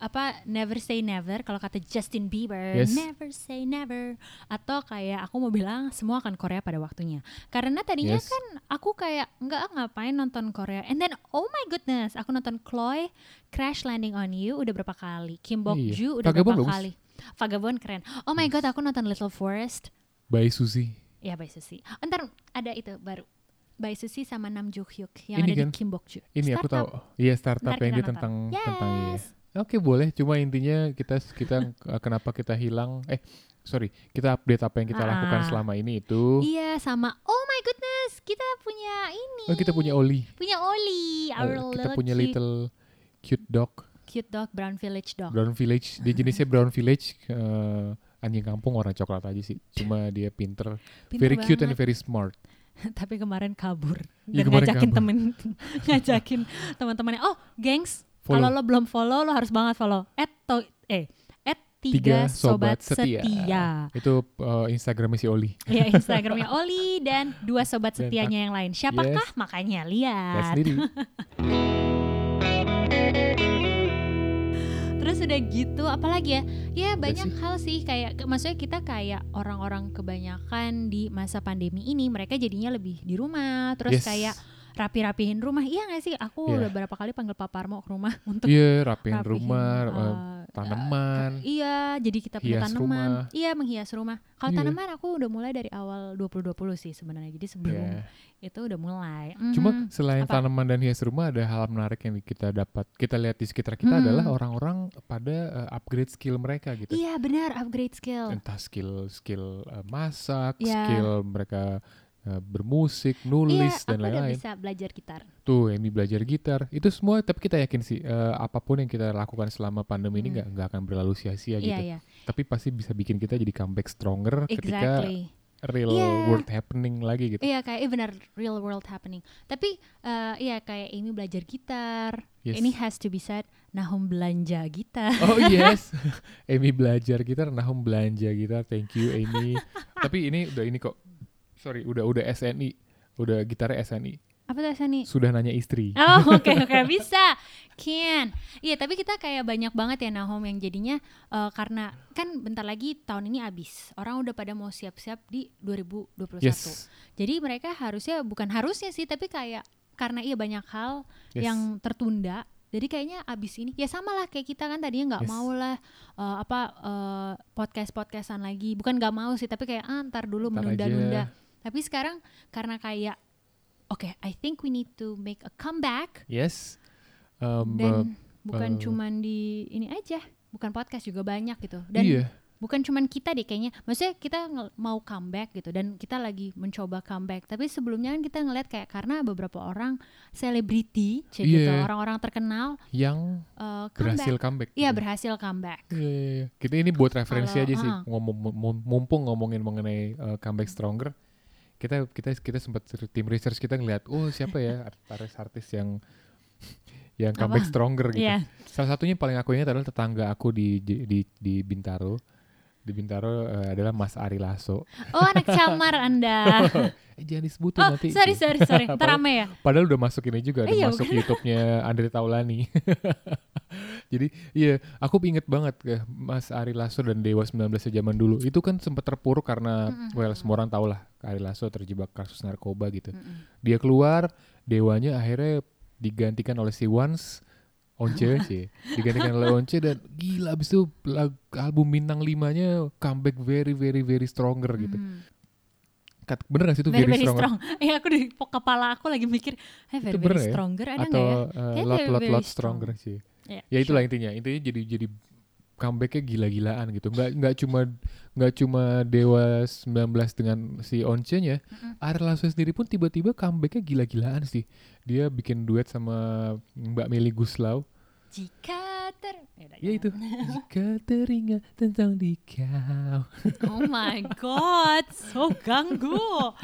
Speaker 1: apa never say never kalau kata Justin Bieber
Speaker 2: Yes.
Speaker 1: never say never atau kayak aku mau bilang semua akan Korea pada waktunya karena tadinya
Speaker 2: Yes.
Speaker 1: kan aku kayak nggak ah, ngapain nonton Korea and then oh my goodness aku nonton Chloe Crash Landing on You udah berapa kali Kim Bok
Speaker 2: Iya.
Speaker 1: Ju udah
Speaker 2: Vagabond
Speaker 1: berapa
Speaker 2: bagus.
Speaker 1: kali Vagabond keren oh my god aku nonton Little Forest
Speaker 2: By Suzy.
Speaker 1: Ya by Susi. Ntar ada itu baru. By Susi sama Nam Joo Hyuk yang
Speaker 2: Ini
Speaker 1: ada
Speaker 2: kan?
Speaker 1: di Kim Bokju.
Speaker 2: Ini aku tahu. Iya startup
Speaker 1: Ntar kita
Speaker 2: yang
Speaker 1: nonton.
Speaker 2: dia tentang
Speaker 1: Yes.
Speaker 2: tentang iya. Oke boleh. Cuma intinya kita kita eh, kenapa kita hilang? Eh sorry kita update apa yang kita
Speaker 1: Ah.
Speaker 2: lakukan selama ini itu.
Speaker 1: Iya sama oh my goodness kita punya ini.
Speaker 2: Oh kita punya Oli.
Speaker 1: punya Oli, our
Speaker 2: Eh, kita
Speaker 1: little
Speaker 2: punya
Speaker 1: cute,
Speaker 2: little cute dog
Speaker 1: cute dog brown village dog.
Speaker 2: brown village. Dia jenisnya brown village eh, anjing kampung warna coklat aja sih. Cuma dia pinter,
Speaker 1: Pinter
Speaker 2: very cute and
Speaker 1: banget.
Speaker 2: very smart.
Speaker 1: Tapi kemarin kabur
Speaker 2: Iya,
Speaker 1: dan
Speaker 2: kemarin
Speaker 1: ngajakin
Speaker 2: kabur.
Speaker 1: temen ngajakin teman-temannya. Oh, gengs,
Speaker 2: Follow.
Speaker 1: kalau lo belum follow lo harus banget follow at to- eh at
Speaker 2: Tiga
Speaker 1: tiga sobat, setia.
Speaker 2: Itu eh, Instagramnya si Oli.
Speaker 1: ya Instagramnya Oli dan dua sobat
Speaker 2: Dan
Speaker 1: setianya yang lain. Siapakah? Makanya
Speaker 2: Lihat
Speaker 1: lihat.
Speaker 2: sendiri.
Speaker 1: Terus udah gitu, apalagi ya? Ya banyak
Speaker 2: Iya sih.
Speaker 1: hal sih kayak ke- maksudnya kita kayak orang-orang kebanyakan di masa pandemi ini mereka jadinya lebih di rumah, terus
Speaker 2: Yes.
Speaker 1: kayak rapi-rapihin rumah. Iya gak sih? Aku
Speaker 2: Iya.
Speaker 1: udah berapa kali panggil Pak Parmo ke rumah untuk
Speaker 2: Iya, rapiin
Speaker 1: rapihin,
Speaker 2: rumah,
Speaker 1: eh,
Speaker 2: eh, tanaman.
Speaker 1: Iya, jadi kita punya
Speaker 2: Hias
Speaker 1: tanaman.
Speaker 2: rumah.
Speaker 1: Iya, menghias rumah. Kalau
Speaker 2: Iya.
Speaker 1: tanaman aku udah mulai dari awal 2020 sih sebenarnya. Jadi sebelum
Speaker 2: Iya.
Speaker 1: itu udah mulai.
Speaker 2: Cuma
Speaker 1: Mhm.
Speaker 2: selain
Speaker 1: Apa?
Speaker 2: tanaman dan hias rumah ada hal menarik yang kita dapat. Kita lihat di sekitar kita
Speaker 1: Hmm.
Speaker 2: adalah orang-orang pada eh, upgrade skill mereka gitu.
Speaker 1: Iya benar upgrade skill.
Speaker 2: Entah skill skill eh, masak,
Speaker 1: Iya.
Speaker 2: skill mereka eh, bermusik,
Speaker 1: Iya,
Speaker 2: nulis dan
Speaker 1: aku udah
Speaker 2: lain-lain.
Speaker 1: bisa belajar gitar.
Speaker 2: Tuh, Emi belajar gitar. Itu semua tapi kita yakin sih eh, apapun yang kita lakukan selama pandemi ini
Speaker 1: Hmm.
Speaker 2: nggak nggak akan berlalu sia-sia
Speaker 1: Iya,
Speaker 2: gitu.
Speaker 1: iya.
Speaker 2: Tapi pasti bisa bikin kita jadi comeback stronger ketika
Speaker 1: Exactly.
Speaker 2: real
Speaker 1: Iya.
Speaker 2: world happening lagi gitu.
Speaker 1: Iya kayak eh, benar real world happening. Tapi eh, iya kayak Amy belajar gitar.
Speaker 2: Yes.
Speaker 1: Ini has to be said. Nahum belanja gitar.
Speaker 2: Oh yes, Amy belajar gitar, Nahum belanja gitar. Thank you Amy. Tapi ini udah ini kok. Sorry, udah udah SNI, udah gitarnya SNI.
Speaker 1: Apa tuh Sani?
Speaker 2: Sudah nanya istri.
Speaker 1: Oh oke oke bisa Kian Iya tapi kita kayak banyak banget ya Nahom yang jadinya eh, Karena kan bentar lagi tahun ini habis Orang udah pada mau siap-siap di 2021
Speaker 2: Yes,
Speaker 1: Jadi mereka harusnya bukan harusnya sih tapi kayak karena iya banyak hal
Speaker 2: yes.
Speaker 1: yang tertunda. Jadi kayaknya abis ini ya sama lah kayak kita kan tadinya nggak
Speaker 2: Yes.
Speaker 1: mau lah eh, apa podcast podcastan lagi. Bukan nggak mau sih tapi kayak ah, ntar dulu
Speaker 2: Ntar
Speaker 1: menunda-nunda.
Speaker 2: aja.
Speaker 1: Tapi sekarang karena kayak oke I think we need to make a comeback
Speaker 2: Yes. Um, uh,
Speaker 1: dan bukan
Speaker 2: eh.
Speaker 1: cuman di ini aja, bukan podcast juga banyak gitu. Dan
Speaker 2: iya,
Speaker 1: bukan cuman kita deh kayaknya maksudnya kita ngel- mau comeback gitu dan kita lagi mencoba comeback tapi sebelumnya kan kita ngeliat kayak karena beberapa orang selebriti kayak gitu
Speaker 2: Iya.
Speaker 1: orang-orang terkenal
Speaker 2: yang
Speaker 1: eh,
Speaker 2: berhasil
Speaker 1: comeback
Speaker 2: comeback.
Speaker 1: iya
Speaker 2: gitu.
Speaker 1: berhasil comeback
Speaker 2: Iya, iya, iya. Kita ini buat referensi
Speaker 1: Kalau-
Speaker 2: aja sih,
Speaker 1: ah.
Speaker 2: ngomong mum- mumpung ngomongin mengenai uh, comeback stronger, kita kita kita sempat ser- tim research kita ngeliat, oh siapa ya artis-artis yang yang
Speaker 1: Apa?
Speaker 2: comeback stronger gitu.
Speaker 1: Iya.
Speaker 2: Salah satunya yang paling aku ingat adalah tetangga aku di di di Bintaro, di Bintaro uh, adalah Mas Ari Lasso.
Speaker 1: oh anak camar anda
Speaker 2: Eh jangan disebutin
Speaker 1: oh
Speaker 2: nanti.
Speaker 1: sorry sorry sorry ntar rame ya
Speaker 2: Padahal udah masuk ini juga, udah
Speaker 1: Iya,
Speaker 2: masuk YouTube-nya Andre Taulani. Jadi iya, aku inget banget ke Mas Ari Lasso dan Dewa 19 zaman dulu. Itu kan sempat terpuruk karena
Speaker 1: Mm-mm.
Speaker 2: well semua orang tahu lah Ari Lasso terjebak kasus narkoba gitu.
Speaker 1: Mm-mm.
Speaker 2: Dia keluar, Dewanya akhirnya digantikan oleh si Once Once sih, digantikan oleh Once dan gila abis itu lag- album bintang limanya comeback very very very stronger gitu.
Speaker 1: Mm.
Speaker 2: Kat- Bener gak sih itu
Speaker 1: very
Speaker 2: very,
Speaker 1: very
Speaker 2: stronger?
Speaker 1: strong ya aku di po- kepala aku lagi mikir eh very
Speaker 2: bener
Speaker 1: very
Speaker 2: ya?
Speaker 1: stronger ada nggak ya
Speaker 2: atau uh,
Speaker 1: Kayaknya
Speaker 2: lot
Speaker 1: very,
Speaker 2: lot
Speaker 1: very
Speaker 2: lot
Speaker 1: strong.
Speaker 2: stronger sih.
Speaker 1: Iya,
Speaker 2: Ya
Speaker 1: sure.
Speaker 2: itulah intinya. Intinya jadi jadi comebacknya gila-gilaan gitu. Nggak nggak cuma nggak cuma Dewa 19 dengan si Once-nya,
Speaker 1: Mm-mm.
Speaker 2: Ari Lasso sendiri pun tiba-tiba comebacknya gila-gilaan sih. Dia bikin duet sama Mbak Meli Guslau.
Speaker 1: jika ter udah, jangan.
Speaker 2: Ya itu. Jika teringat tentang dikau.
Speaker 1: oh my god so ganggu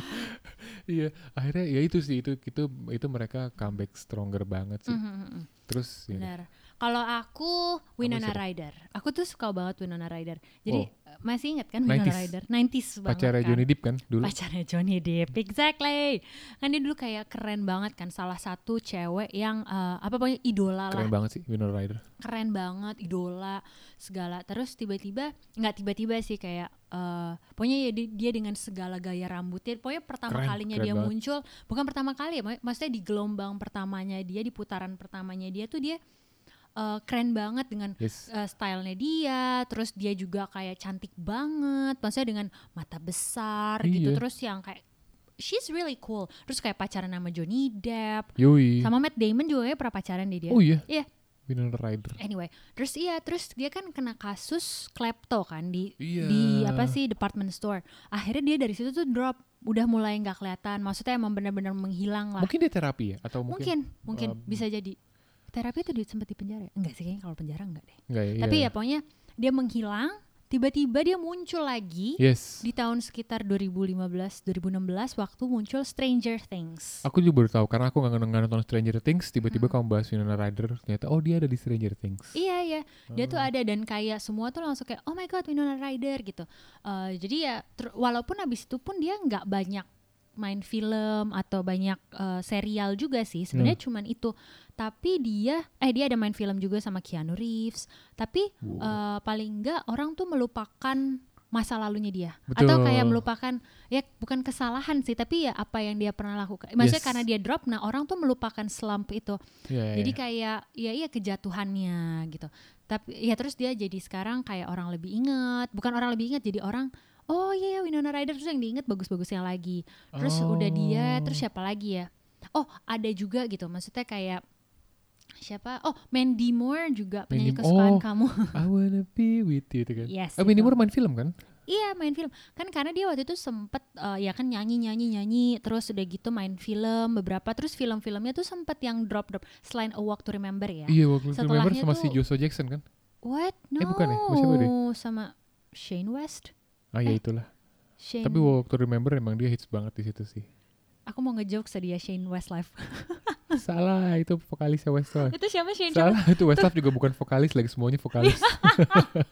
Speaker 2: Iya, akhirnya ya itu sih itu itu itu mereka comeback stronger banget sih.
Speaker 1: Mhm, mhm.
Speaker 2: Terus ya,
Speaker 1: Benar. Kalau aku Winona
Speaker 2: siapa?
Speaker 1: Ryder. Aku tuh suka banget Winona Ryder. Jadi
Speaker 2: Oh.
Speaker 1: eh, masih inget kan Winona
Speaker 2: 90s.
Speaker 1: Ryder? 90s banget
Speaker 2: Pacarnya
Speaker 1: kan.
Speaker 2: Johnny Depp kan dulu.
Speaker 1: Pacarnya Johnny Depp, exactly. Kan dia dulu kayak keren banget kan, salah satu cewek yang eh, apa pokoknya idola lah
Speaker 2: Keren banget sih Winona Ryder.
Speaker 1: keren banget idola segala terus tiba-tiba nggak tiba-tiba sih kayak eh pokoknya ya di- dia dengan segala gaya rambutnya pokoknya pertama
Speaker 2: Keren,
Speaker 1: kalinya
Speaker 2: keren
Speaker 1: dia
Speaker 2: banget.
Speaker 1: muncul bukan pertama kali ya mak- maksudnya di gelombang pertamanya dia di putaran pertamanya dia tuh dia eh, keren banget dengan
Speaker 2: Yes.
Speaker 1: eh, stylenya dia terus dia juga kayak cantik banget maksudnya dengan mata besar gitu
Speaker 2: Iya.
Speaker 1: terus yang kayak she's really cool terus kayak pacaran sama Johnny Depp
Speaker 2: Yoi.
Speaker 1: sama Matt Damon juga ya pernah pacaran deh dia
Speaker 2: Oh iya.
Speaker 1: Iya.
Speaker 2: Winona Ryder.
Speaker 1: Anyway, terus iya, terus dia kan kena kasus klepto kan di
Speaker 2: Iya.
Speaker 1: di apa sih department store. Akhirnya dia dari situ tuh drop, udah mulai nggak kelihatan. Maksudnya emang benar-benar menghilang lah.
Speaker 2: Mungkin dia terapi ya atau mungkin,
Speaker 1: Mungkin, mungkin
Speaker 2: um,
Speaker 1: bisa jadi terapi tuh dia sempat di penjara. ya? Enggak sih kayaknya kalau penjara enggak deh.
Speaker 2: enggak ya?
Speaker 1: Tapi
Speaker 2: iya.
Speaker 1: ya pokoknya dia menghilang, tiba-tiba dia muncul lagi
Speaker 2: Yes.
Speaker 1: di tahun sekitar 2015 2016 waktu muncul Stranger Things.
Speaker 2: Aku juga baru tahu karena aku nggak nggak nonton Stranger Things, tiba-tiba kamu bahas Winona Ryder, ternyata oh dia ada di Stranger Things.
Speaker 1: Hmm. Iya iya, dia tuh
Speaker 2: Hmm.
Speaker 1: ada dan kayak semua tuh langsung kayak oh my god Winona Ryder gitu. Eh, jadi ya ter- walaupun abis itu pun dia nggak banyak main film atau banyak eh, serial juga sih sebenarnya
Speaker 2: Hmm.
Speaker 1: cuman itu. Tapi dia eh dia ada main film juga sama Keanu Reeves. Tapi
Speaker 2: Wow.
Speaker 1: eh, paling nggak orang tuh melupakan masa lalunya dia atau
Speaker 2: Betul.
Speaker 1: kayak melupakan ya bukan kesalahan sih tapi ya apa yang dia pernah lakukan maksudnya
Speaker 2: Yes.
Speaker 1: karena dia drop nah orang tuh melupakan slump itu
Speaker 2: Iya, iya,
Speaker 1: jadi
Speaker 2: iya.
Speaker 1: kayak ya iya kejatuhannya gitu. Tapi ya terus dia jadi sekarang kayak orang lebih inget, bukan orang lebih inget jadi orang oh iya ya Winona Ryder terus yang diinget bagus-bagusnya lagi. Terus udah dia terus siapa lagi ya? Oh, ada juga gitu. Maksudnya kayak siapa? Oh, Mandy Moore juga penyanyi
Speaker 2: Mandy-
Speaker 1: kesukaan
Speaker 2: oh.
Speaker 1: kamu.
Speaker 2: I wanna be with you itu kan.
Speaker 1: yes. gitu.
Speaker 2: Oh, Mandy
Speaker 1: itu.
Speaker 2: Moore main film kan?
Speaker 1: Iya main film kan karena dia waktu itu sempet eh, ya kan nyanyi nyanyi nyanyi terus udah gitu main film beberapa terus film-filmnya tuh sempet yang drop drop selain A Walk to Remember ya.
Speaker 2: Iya, waktu itu
Speaker 1: Setelahnya
Speaker 2: member sama si
Speaker 1: tuh-
Speaker 2: Joshua Jackson kan?
Speaker 1: What? No.
Speaker 2: Eh, bukan ya? Siapa deh?
Speaker 1: Sama Shane West.
Speaker 2: Ah ya
Speaker 1: Eh,
Speaker 2: itulah.
Speaker 1: Shane.
Speaker 2: Tapi waktu remember emang dia hits banget di situ sih.
Speaker 1: aku mau ngejokes tadi ya Shane Westlife.
Speaker 2: Salah itu vokalisnya Westlife.
Speaker 1: Itu siapa Shane? Siapa?
Speaker 2: Salah itu Westlife juga bukan vokalis lagi semuanya vokalis.
Speaker 1: Iya.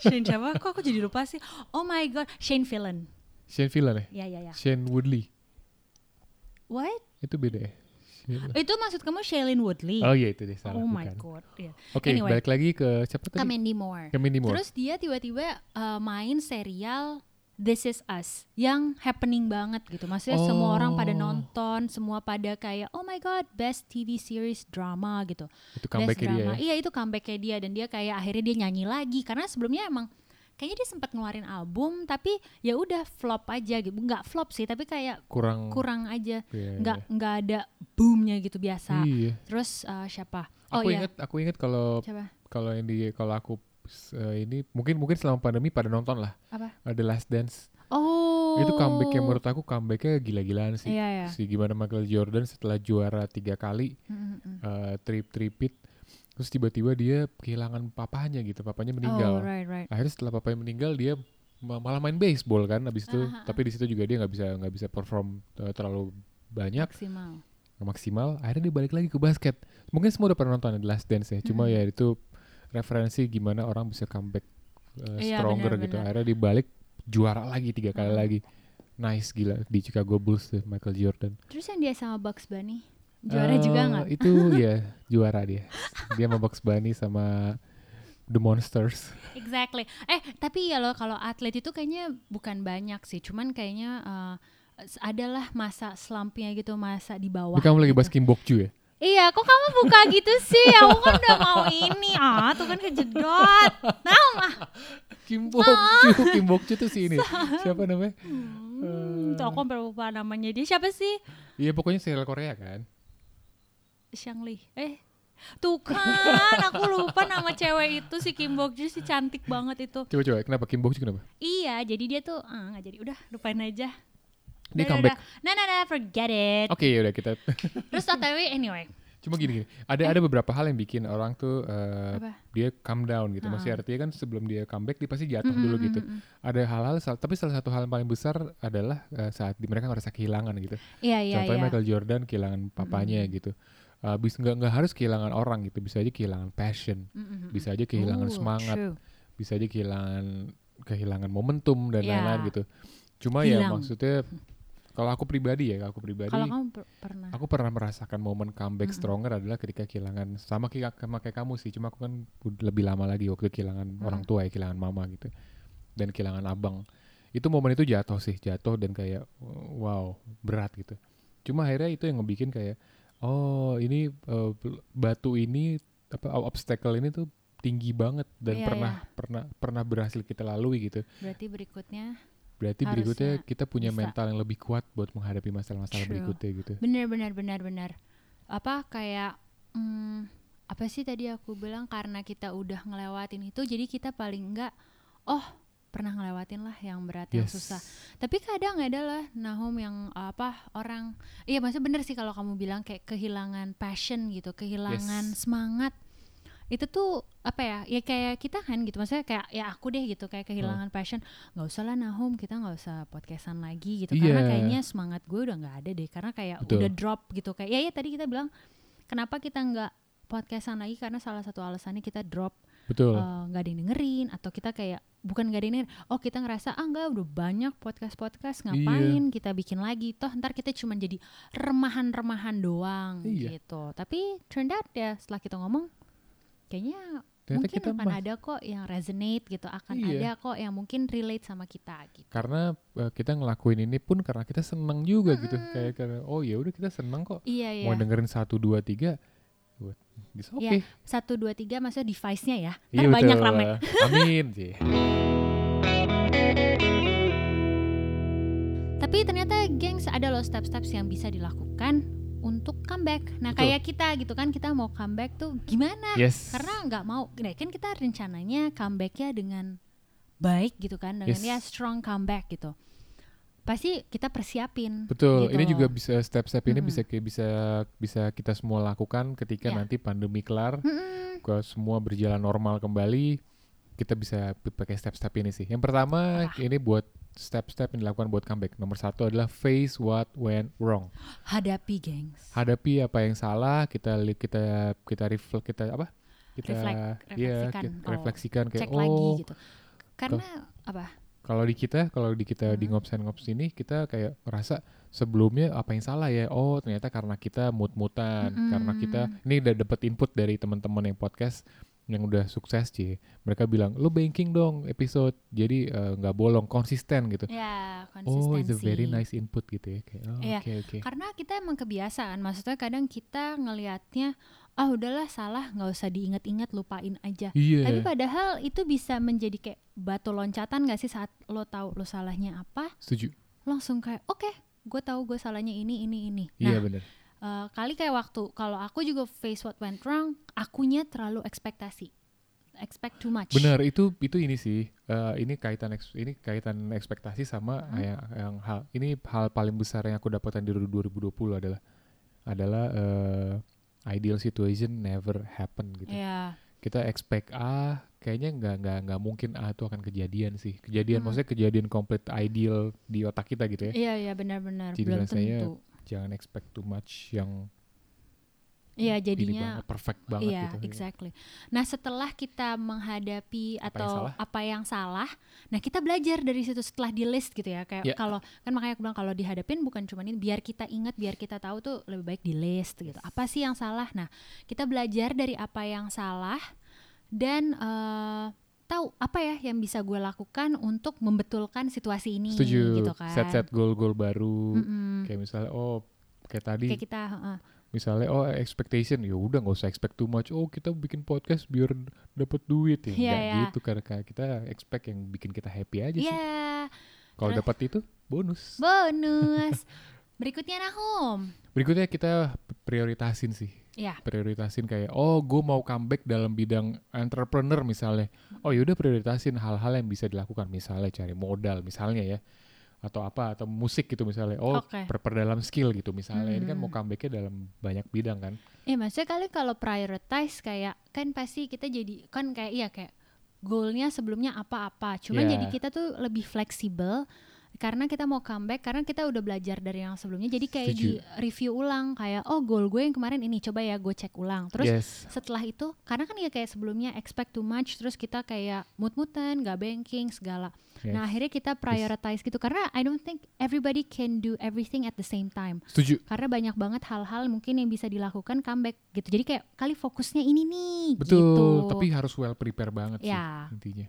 Speaker 1: Shane siapa? Kok aku jadi lupa sih? Oh my god, Shane Villan.
Speaker 2: Shane Villan ya?
Speaker 1: Ya ya ya.
Speaker 2: Shane Woodley.
Speaker 1: What?
Speaker 2: Itu beda ya? Shane-
Speaker 1: Itu maksud kamu Shailene Woodley?
Speaker 2: Oh iya itu deh salah
Speaker 1: Iya. Oh my
Speaker 2: bukan.
Speaker 1: god. Iya.
Speaker 2: Oke,
Speaker 1: Anyway.
Speaker 2: balik lagi ke siapa
Speaker 1: Ke
Speaker 2: tadi?
Speaker 1: Mandy Moore.
Speaker 2: Ke Mandy Moore.
Speaker 1: Terus dia tiba-tiba eh, main serial This Is Us yang happening banget gitu. Maksudnya semua orang pada
Speaker 2: Oh.
Speaker 1: nonton, semua pada kayak oh my god, best TV series drama gitu.
Speaker 2: itu comeback
Speaker 1: Best
Speaker 2: dia ya.
Speaker 1: drama. Iya itu comebacknya dia dan dia kayak akhirnya dia nyanyi lagi karena sebelumnya emang kayaknya dia sempat ngeluarin album tapi ya udah flop aja gitu nggak flop sih tapi kayak
Speaker 2: Kurang
Speaker 1: kurang aja
Speaker 2: Iya, iya.
Speaker 1: nggak nggak ada boomnya gitu biasa
Speaker 2: Iya.
Speaker 1: terus eh, siapa oh
Speaker 2: Aku
Speaker 1: iya
Speaker 2: ingat aku ingat kalau
Speaker 1: siapa
Speaker 2: kalau yang di kalau aku eh, ini mungkin mungkin selama pandemi pada nonton lah
Speaker 1: apa
Speaker 2: eh, The Last Dance
Speaker 1: oh
Speaker 2: itu comeback yang menurut aku comebacknya gila-gilaan sih
Speaker 1: Iya, iya.
Speaker 2: si gimana Michael Jordan setelah juara tiga kali
Speaker 1: Mm, mm, mm.
Speaker 2: eh, trip tripit terus tiba-tiba dia kehilangan papanya gitu
Speaker 1: oh
Speaker 2: papanya meninggal
Speaker 1: right right
Speaker 2: akhirnya setelah papanya meninggal dia ma- malah main baseball kan abis itu
Speaker 1: Ah, ah, ah.
Speaker 2: tapi di situ juga dia nggak bisa nggak bisa perform eh, terlalu banyak
Speaker 1: maksimal
Speaker 2: nggak maksimal akhirnya dia balik lagi ke basket mungkin semua udah pernah nonton ya, The Last Dance ya cuma
Speaker 1: Mm-mm.
Speaker 2: ya itu referensi gimana orang bisa comeback uh,
Speaker 1: Iya, benar,
Speaker 2: stronger
Speaker 1: Hmm.
Speaker 2: gitu
Speaker 1: benar.
Speaker 2: akhirnya dia balik juara lagi tiga kali lagi nice gila di Chicago Bulls tuh Michael Jordan
Speaker 1: terus yang dia sama Bugs Bunny juara juga
Speaker 2: Eh,
Speaker 1: nggak
Speaker 2: itu ya juara dia dia sama Bugs Bunny sama The Monsters
Speaker 1: Exactly. Eh tapi ya loh kalau atlet itu kayaknya bukan banyak sih, cuman kayaknya eh, s- adalah masa slumpnya gitu, masa di bawah.
Speaker 2: ini kamu lagi
Speaker 1: gitu.
Speaker 2: bahas Kim Bokju ya
Speaker 1: Iya, kok kamu buka gitu sih? Aku kan udah mau ini, ah tuh kan kejedot. Nah, mah. Ah.
Speaker 2: Kim Bokju Kim Bokju tuh si ini siapa namanya
Speaker 1: Hmm, tuh aku hampir lupa namanya dia. Siapa sih?
Speaker 2: iya pokoknya serial Korea kan
Speaker 1: Shangli. Eh, tuh kan aku lupa nama cewek itu si Kim Bokju si cantik banget itu.
Speaker 2: coba coba kenapa Kim Bokju kenapa
Speaker 1: Iya, jadi dia tuh ah nggak jadi. Udah lupain aja. Udah, udah,
Speaker 2: dia comeback
Speaker 1: udah. Nah, nah, nah, forget it.
Speaker 2: oke yaudah kita
Speaker 1: Terus otw anyway.
Speaker 2: Cuma gini gini, ada ada beberapa hal yang bikin orang tuh eh,
Speaker 1: Eh. Apa? Ah.
Speaker 2: dia calm down gitu. Masih artinya kan sebelum dia comeback dia pasti jatuh dulu gitu. Ada hal-hal sal- tapi salah satu hal yang paling besar adalah eh, saat di- mereka merasa kehilangan gitu.
Speaker 1: Iya iya
Speaker 2: Contohnya
Speaker 1: iya.
Speaker 2: Michael Jordan kehilangan papanya gitu. uh, bisa nggak nggak harus kehilangan orang gitu bisa aja kehilangan passion
Speaker 1: Mm-mm-mm.
Speaker 2: bisa aja kehilangan
Speaker 1: Ooh,
Speaker 2: semangat
Speaker 1: Oh, true.
Speaker 2: bisa aja kehilangan kehilangan momentum dan
Speaker 1: Ya.
Speaker 2: lain-lain gitu cuma ya
Speaker 1: Hilang.
Speaker 2: maksudnya kalau aku pribadi ya kalau aku pribadi
Speaker 1: Kalau kamu per- pernah
Speaker 2: aku pernah merasakan momen comeback
Speaker 1: Mm-mm.
Speaker 2: stronger adalah ketika kehilangan sama kayak sama kayak kamu sih cuma aku kan lebih lama lagi waktu kehilangan orang tua ya kehilangan mama gitu dan kehilangan abang itu momen itu jatuh sih jatuh dan kayak wow berat gitu cuma akhirnya itu yang ngebikin kayak oh ini eh, batu ini apa obstacle ini tuh tinggi banget dan
Speaker 1: Iya,
Speaker 2: pernah pernah pernah berhasil kita lalui gitu
Speaker 1: berarti berikutnya
Speaker 2: berarti berikutnya
Speaker 1: Harusnya
Speaker 2: kita punya
Speaker 1: bisa.
Speaker 2: mental yang lebih kuat buat menghadapi masalah-masalah
Speaker 1: True.
Speaker 2: berikutnya gitu
Speaker 1: benar benar benar benar apa kayak mm, apa sih tadi aku bilang karena kita udah ngelewatin itu jadi kita paling enggak oh pernah ngelewatin lah yang berat yang
Speaker 2: Yes.
Speaker 1: susah tapi kadang adalah Nahum yang apa orang iya maksudnya bener sih kalau kamu bilang kayak kehilangan passion gitu kehilangan
Speaker 2: Yes.
Speaker 1: semangat itu tuh apa ya ya kayak kita kan gitu maksudnya kayak ya aku deh gitu kayak
Speaker 2: Hmm.
Speaker 1: kehilangan passion nggak usah lah Nahum kita nggak usah podcastan lagi gitu karena
Speaker 2: Iya.
Speaker 1: kayaknya semangat gue udah nggak ada deh karena kayak
Speaker 2: Betul.
Speaker 1: udah drop gitu kayak ya ya tadi kita bilang kenapa kita nggak podcastan lagi karena salah satu alasannya kita drop
Speaker 2: betul
Speaker 1: eh, nggak ada yang dengerin atau kita kayak bukan nggak ada yang dengerin oh kita ngerasa ah nggak udah banyak podcast
Speaker 2: Iya.
Speaker 1: podcast ngapain kita bikin lagi toh ntar kita cuma jadi remahan-remahan doang
Speaker 2: Iya.
Speaker 1: gitu tapi turned out ya setelah kita ngomong kayaknya
Speaker 2: Ternyata
Speaker 1: mungkin
Speaker 2: kita
Speaker 1: akan
Speaker 2: mas-
Speaker 1: ada kok yang resonate gitu akan
Speaker 2: Iya.
Speaker 1: ada kok yang mungkin relate sama kita gitu
Speaker 2: karena eh, kita ngelakuin ini pun karena kita seneng juga gitu
Speaker 1: Mm-mm.
Speaker 2: kayak karena oh ya udah kita seneng kok
Speaker 1: iya Hmm. iya
Speaker 2: mau dengerin satu dua tiga buat it's okay
Speaker 1: satu dua tiga maksudnya device-nya ya
Speaker 2: Iya,
Speaker 1: terbanyak
Speaker 2: betul.
Speaker 1: ramai
Speaker 2: amin sih
Speaker 1: Nah, tapi ternyata gengs ada loh steps-steps yang bisa dilakukan untuk comeback nah
Speaker 2: Betul.
Speaker 1: kayak kita gitu kan kita mau comeback tuh gimana
Speaker 2: yes
Speaker 1: karena nggak mau nah, kan kita rencananya comebacknya dengan baik gitu kan dengan
Speaker 2: Yes.
Speaker 1: ya strong comeback gitu pasti kita persiapin
Speaker 2: betul
Speaker 1: gitu
Speaker 2: ini
Speaker 1: loh.
Speaker 2: juga bisa step-step ini
Speaker 1: Mm-mm.
Speaker 2: bisa ki- bisa bisa kita semua lakukan ketika
Speaker 1: Iya.
Speaker 2: nanti pandemi kelar
Speaker 1: Mm-mm.
Speaker 2: ke semua berjalan normal kembali kita bisa p- pakai step-step ini sih yang pertama
Speaker 1: Apa?
Speaker 2: ini buat step-step yang dilakukan buat comeback nomor satu adalah face what went wrong
Speaker 1: hadapi gengs
Speaker 2: hadapi apa yang salah kita li- kita kita reflect kita apa kita
Speaker 1: Reflek-
Speaker 2: iya,
Speaker 1: refleksikan.
Speaker 2: kita
Speaker 1: Oh,
Speaker 2: refleksikan kayak
Speaker 1: cek
Speaker 2: oh
Speaker 1: lagi gitu karena apa
Speaker 2: kalau di kita kalau di kita di
Speaker 1: Hmm.
Speaker 2: ngops and ngops ini kita kayak ngerasa sebelumnya apa yang salah ya oh ternyata karena kita mut-mutan
Speaker 1: Hmm.
Speaker 2: karena kita ini udah dapet input dari teman-teman yang podcast yang udah sukses sih mereka bilang lu banking dong episode jadi eh, nggak bolong konsisten gitu
Speaker 1: ya konsistensi
Speaker 2: oh it's a very nice input gitu ya kayak oh, oke
Speaker 1: Iya,
Speaker 2: oke
Speaker 1: karena kita emang kebiasaan maksudnya kadang kita ngelihatnya ah udahlah salah nggak usah diingat-ingat lupain aja
Speaker 2: iya
Speaker 1: tapi padahal itu bisa menjadi kayak batu loncatan gak sih saat lo tahu lo salahnya apa
Speaker 2: setuju
Speaker 1: langsung kayak oke gue tahu gue salahnya ini ini ini
Speaker 2: iya
Speaker 1: nah
Speaker 2: bener
Speaker 1: eh, kali kayak waktu kalau aku juga face what went wrong akunya terlalu ekspektasi expect too much
Speaker 2: Benar, itu itu ini sih. eh, ini kaitan eks- ini kaitan ekspektasi sama
Speaker 1: Hmm.
Speaker 2: yang, yang hal ini hal paling besar yang aku dapatkan di 2020 adalah adalah eh, ideal situation never happen gitu.
Speaker 1: ya
Speaker 2: Kita expect A, kayaknya nggak nggak nggak mungkin A itu akan kejadian sih. Kejadian
Speaker 1: Hmm.
Speaker 2: maksudnya kejadian complete ideal di otak kita gitu ya.
Speaker 1: iya iya benar-benar
Speaker 2: Jadi
Speaker 1: belum
Speaker 2: rasanya
Speaker 1: tentu
Speaker 2: Jangan expect too much yang
Speaker 1: iya
Speaker 2: ini
Speaker 1: jadinya
Speaker 2: banget, perfect banget
Speaker 1: iya,
Speaker 2: gitu.
Speaker 1: exactly. Nah, setelah kita menghadapi
Speaker 2: Apa yang
Speaker 1: atau
Speaker 2: salah?
Speaker 1: apa yang salah, nah kita belajar dari situ setelah di list gitu ya. Kayak
Speaker 2: Ya.
Speaker 1: kalau kan makanya aku bilang kalau dihadapin bukan cuma ini, biar kita ingat, biar kita tahu tuh lebih baik di list gitu. Apa sih yang salah? Nah, kita belajar dari apa yang salah dan eh, tahu apa ya yang bisa gue lakukan untuk membetulkan situasi ini
Speaker 2: Setuju.
Speaker 1: gitu kan.
Speaker 2: Set-set goal-goal baru.
Speaker 1: Mm-mm.
Speaker 2: Kayak misalnya oh kayak tadi
Speaker 1: Kayak kita heeh.
Speaker 2: misalnya oh expectation ya udah nggak usah expect too much oh kita bikin podcast biar dapat duit ya
Speaker 1: Iya,
Speaker 2: nggak
Speaker 1: iya.
Speaker 2: gitu karena kayak kita expect yang bikin kita happy aja
Speaker 1: Iya, Nah.
Speaker 2: sih kalau
Speaker 1: terus-
Speaker 2: dapat itu bonus
Speaker 1: bonus. Berikutnya Nahum.
Speaker 2: berikutnya kita prioritasin sih
Speaker 1: Ya.
Speaker 2: prioritasin kayak oh gue mau comeback dalam bidang entrepreneur misalnya oh yaudah prioritasin hal-hal yang bisa dilakukan misalnya cari modal misalnya ya atau apa atau musik gitu misalnya oh
Speaker 1: Oke.
Speaker 2: per- perdalam skill gitu misalnya ini kan
Speaker 1: Hmm.
Speaker 2: mau comebacknya dalam banyak bidang kan
Speaker 1: Eh maksudnya kali kalau prioritize kayak kan pasti kita jadi kan kayak iya kayak goalnya sebelumnya apa-apa. Cuman
Speaker 2: Iya.
Speaker 1: jadi kita tuh lebih fleksibel karena kita mau comeback karena kita udah belajar dari yang sebelumnya jadi kayak
Speaker 2: Setuju.
Speaker 1: di review ulang kayak oh goal gue yang kemarin ini coba ya gue cek ulang terus
Speaker 2: yes.
Speaker 1: setelah itu karena kan ya kayak sebelumnya expect too much terus kita kayak mut-mutan gak banking segala nah
Speaker 2: Yes.
Speaker 1: akhirnya kita prioritize gitu karena I don't think everybody can do everything at the same time
Speaker 2: Setuju.
Speaker 1: karena banyak banget hal-hal mungkin yang bisa dilakukan comeback gitu jadi kayak kali fokusnya ini nih
Speaker 2: Betul,
Speaker 1: gitu
Speaker 2: tapi harus well prepare banget
Speaker 1: Ya.
Speaker 2: sih intinya.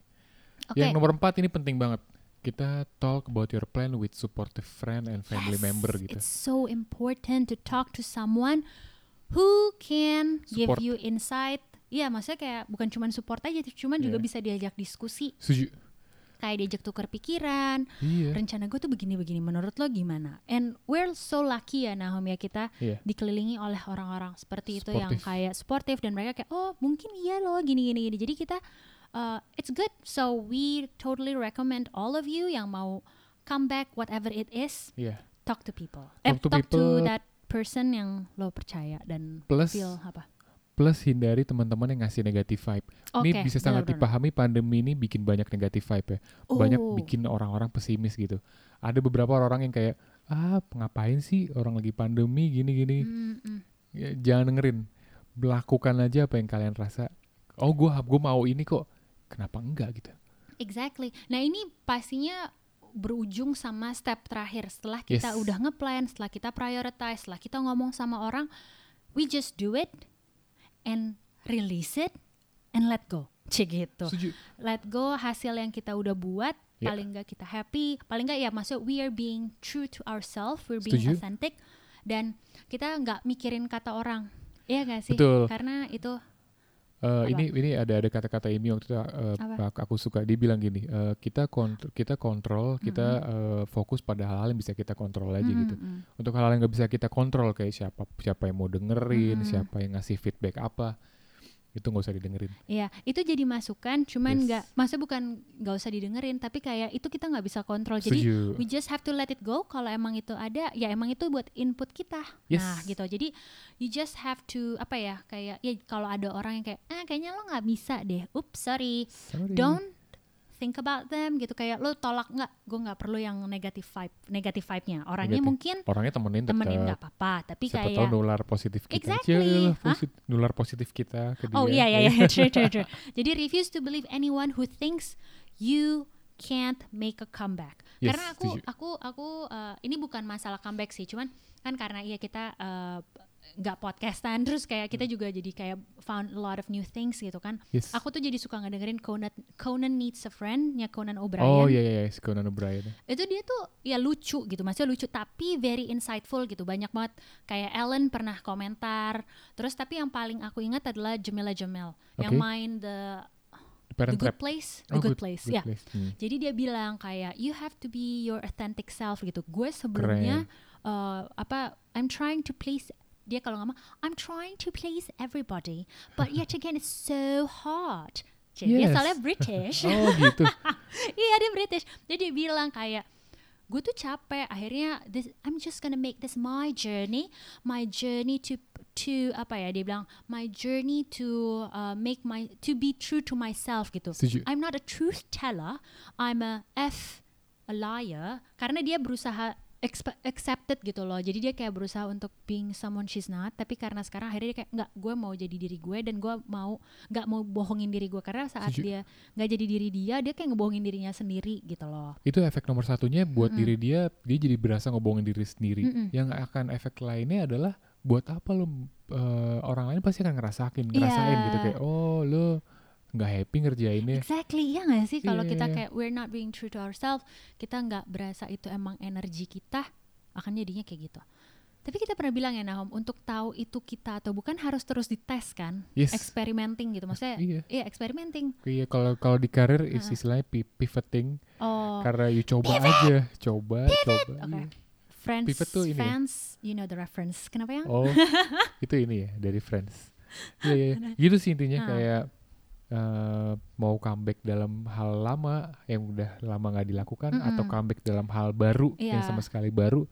Speaker 1: oke
Speaker 2: Yang nomor empat ini penting banget. Kita talk about your plan with supportive friend and family
Speaker 1: Yes,
Speaker 2: member gitu.
Speaker 1: It's so important to talk to someone who can give
Speaker 2: Support.
Speaker 1: you insight. Iya, maksudnya kayak bukan cuman support aja, cuman juga
Speaker 2: Yeah.
Speaker 1: bisa diajak diskusi,
Speaker 2: Setuju.
Speaker 1: kayak diajak tukar pikiran.
Speaker 2: Iya.
Speaker 1: Rencana gue tuh begini-begini, menurut lo gimana? And we're so lucky ya Nahom ya kita
Speaker 2: Iya.
Speaker 1: dikelilingi oleh orang-orang seperti itu yang
Speaker 2: Sportif.
Speaker 1: kayak sportif dan mereka kayak oh mungkin iya loh gini-gini gini. Jadi kita uh, it's good. So we totally recommend all of you yang mau comeback whatever it is
Speaker 2: Iya.
Speaker 1: talk to people. eh,
Speaker 2: Talk to
Speaker 1: talk
Speaker 2: people.
Speaker 1: to that person yang lo percaya dan
Speaker 2: Plus
Speaker 1: feel apa?
Speaker 2: plus hindari teman-teman yang ngasih negative vibe.
Speaker 1: Oke,
Speaker 2: ini bisa sangat
Speaker 1: benar-benar.
Speaker 2: dipahami pandemi ini bikin banyak negative vibe ya. Banyak
Speaker 1: Oh.
Speaker 2: bikin orang-orang pesimis gitu. Ada beberapa orang yang kayak ah ngapain sih orang lagi pandemi
Speaker 1: Mm,
Speaker 2: gini-gini.
Speaker 1: Mm-mm.
Speaker 2: Ya, jangan dengerin. Lakukan aja apa yang kalian rasa. Oh, gua gua mau ini kok. Kenapa enggak gitu?
Speaker 1: Exactly. Nah ini pastinya berujung sama step terakhir setelah kita
Speaker 2: Yes.
Speaker 1: udah ngeplan, setelah kita prioritize, setelah kita ngomong sama orang, we just do it and release it and let go. Cik gitu.
Speaker 2: Setuju.
Speaker 1: let go hasil yang kita udah buat
Speaker 2: Ya.
Speaker 1: paling nggak kita happy paling nggak ya maksudnya we are being true to ourselves we're being
Speaker 2: Setuju.
Speaker 1: authentic dan kita nggak mikirin kata orang Iya gak sih
Speaker 2: Betul.
Speaker 1: karena itu
Speaker 2: Eh,
Speaker 1: Apa?
Speaker 2: ini ini ada ada kata-kata Amy waktu itu eh,
Speaker 1: Apa?
Speaker 2: ak- aku suka dia bilang gini eh, kita kontrol kita kontrol kita eh, fokus pada hal-hal yang bisa kita kontrol aja gitu
Speaker 1: Mm-mm.
Speaker 2: untuk hal-hal yang nggak bisa kita kontrol kayak siapa siapa yang mau dengerin
Speaker 1: Mm.
Speaker 2: siapa yang ngasih feedback apa itu nggak usah didengerin
Speaker 1: Iya, itu jadi masukan cuman
Speaker 2: Yes.
Speaker 1: nggak maksudnya bukan nggak usah didengerin tapi kayak itu kita nggak bisa kontrol jadi
Speaker 2: setuju
Speaker 1: we just have to let it go kalau emang itu ada ya emang itu buat input kita
Speaker 2: Yes.
Speaker 1: nah gitu jadi you just have to apa ya kayak ya kalau ada orang yang kayak ah kayaknya lo nggak bisa deh oops sorry
Speaker 2: Sorry.
Speaker 1: don't think about them gitu kayak lo tolak nggak gue nggak perlu yang negative vibe negative vibe nya orangnya
Speaker 2: Negatif.
Speaker 1: mungkin
Speaker 2: orangnya temenin tetap
Speaker 1: temenin nggak apa-apa tapi
Speaker 2: siapa tahu
Speaker 1: kayak
Speaker 2: nular positif kita
Speaker 1: Exactly.
Speaker 2: Yalah,
Speaker 1: Hah?
Speaker 2: posit- nular positif kita ke dia gitu.
Speaker 1: oh iya iya iya true true true jadi refuse to believe anyone who thinks you can't make a comeback
Speaker 2: Yes,
Speaker 1: karena aku
Speaker 2: setuju.
Speaker 1: aku aku eh, ini bukan masalah comeback sih cuman kan karena iya kita eh, nggak podcastan terus kayak kita
Speaker 2: Hmm.
Speaker 1: juga jadi kayak found a lot of new things gitu kan
Speaker 2: Yes.
Speaker 1: aku tuh jadi suka ngedengerin Conan Conan needs a friend nya Conan O'Brien
Speaker 2: oh iya iya iya, si Conan O'Brien
Speaker 1: itu dia tuh ya lucu gitu maksudnya lucu tapi very insightful gitu banyak banget kayak Ellen pernah komentar terus tapi yang paling aku ingat adalah Jamila Jamel yang
Speaker 2: Oke.
Speaker 1: main the
Speaker 2: The Parent
Speaker 1: the good
Speaker 2: Trap
Speaker 1: place the
Speaker 2: Oh,
Speaker 1: good, place ya
Speaker 2: Hmm.
Speaker 1: jadi dia bilang kayak you have to be your authentic self gitu gue sebelumnya eh, apa I'm trying to please dia kalau ngomong I'm trying to please everybody but yet again it's so hard jadi dia
Speaker 2: Yes.
Speaker 1: soalnya British
Speaker 2: oh gitu
Speaker 1: Iya dia British. Jadi dia bilang kayak gue tuh capek akhirnya this, I'm just gonna make this my journey, my journey to to apa ya dia bilang my journey to uh, make my to be true to myself gitu.
Speaker 2: Setuju.
Speaker 1: I'm not a truth teller, I'm a f a liar karena dia berusaha expe- accepted gitu loh. Jadi dia kayak berusaha untuk being someone she's not, tapi karena sekarang akhirnya dia kayak nggak gue mau jadi diri gue dan gue mau nggak mau bohongin diri gue karena saat
Speaker 2: Setuju.
Speaker 1: dia nggak jadi diri dia dia kayak ngebohongin dirinya sendiri gitu loh
Speaker 2: itu efek nomor satunya buat diri dia dia jadi berasa ngobongin diri sendiri
Speaker 1: Mm-mm.
Speaker 2: yang akan efek lainnya adalah buat apa lo eh, orang lain pasti akan ngerasakin ngerasain
Speaker 1: Iya.
Speaker 2: gitu kayak oh lo nggak happy ngerjainnya
Speaker 1: exactly ya nggak sih kalau
Speaker 2: Iya,
Speaker 1: kita
Speaker 2: iya.
Speaker 1: kayak we're not being true to ourselves kita nggak berasa itu emang energi kita akan jadinya kayak gitu tapi kita pernah bilang ya Nahom untuk tahu itu kita atau bukan harus terus dites kan
Speaker 2: yes
Speaker 1: experimenting gitu maksudnya
Speaker 2: iya
Speaker 1: iya experimenting
Speaker 2: iya kalau kalau di karir is-
Speaker 1: Heeh.
Speaker 2: istilahnya pi- pivoting
Speaker 1: oh
Speaker 2: karena you coba aja coba coba
Speaker 1: Oke.
Speaker 2: iya.
Speaker 1: friends
Speaker 2: pivot tuh ini ya?
Speaker 1: fans you know the reference kenapa ya
Speaker 2: oh itu ini ya dari Friends iya iya iya. gitu sih intinya
Speaker 1: Nah.
Speaker 2: kayak eh, mau comeback dalam hal lama yang udah lama nggak dilakukan atau
Speaker 1: Mm-mm.
Speaker 2: comeback dalam hal baru yang
Speaker 1: Iya.
Speaker 2: sama sekali baru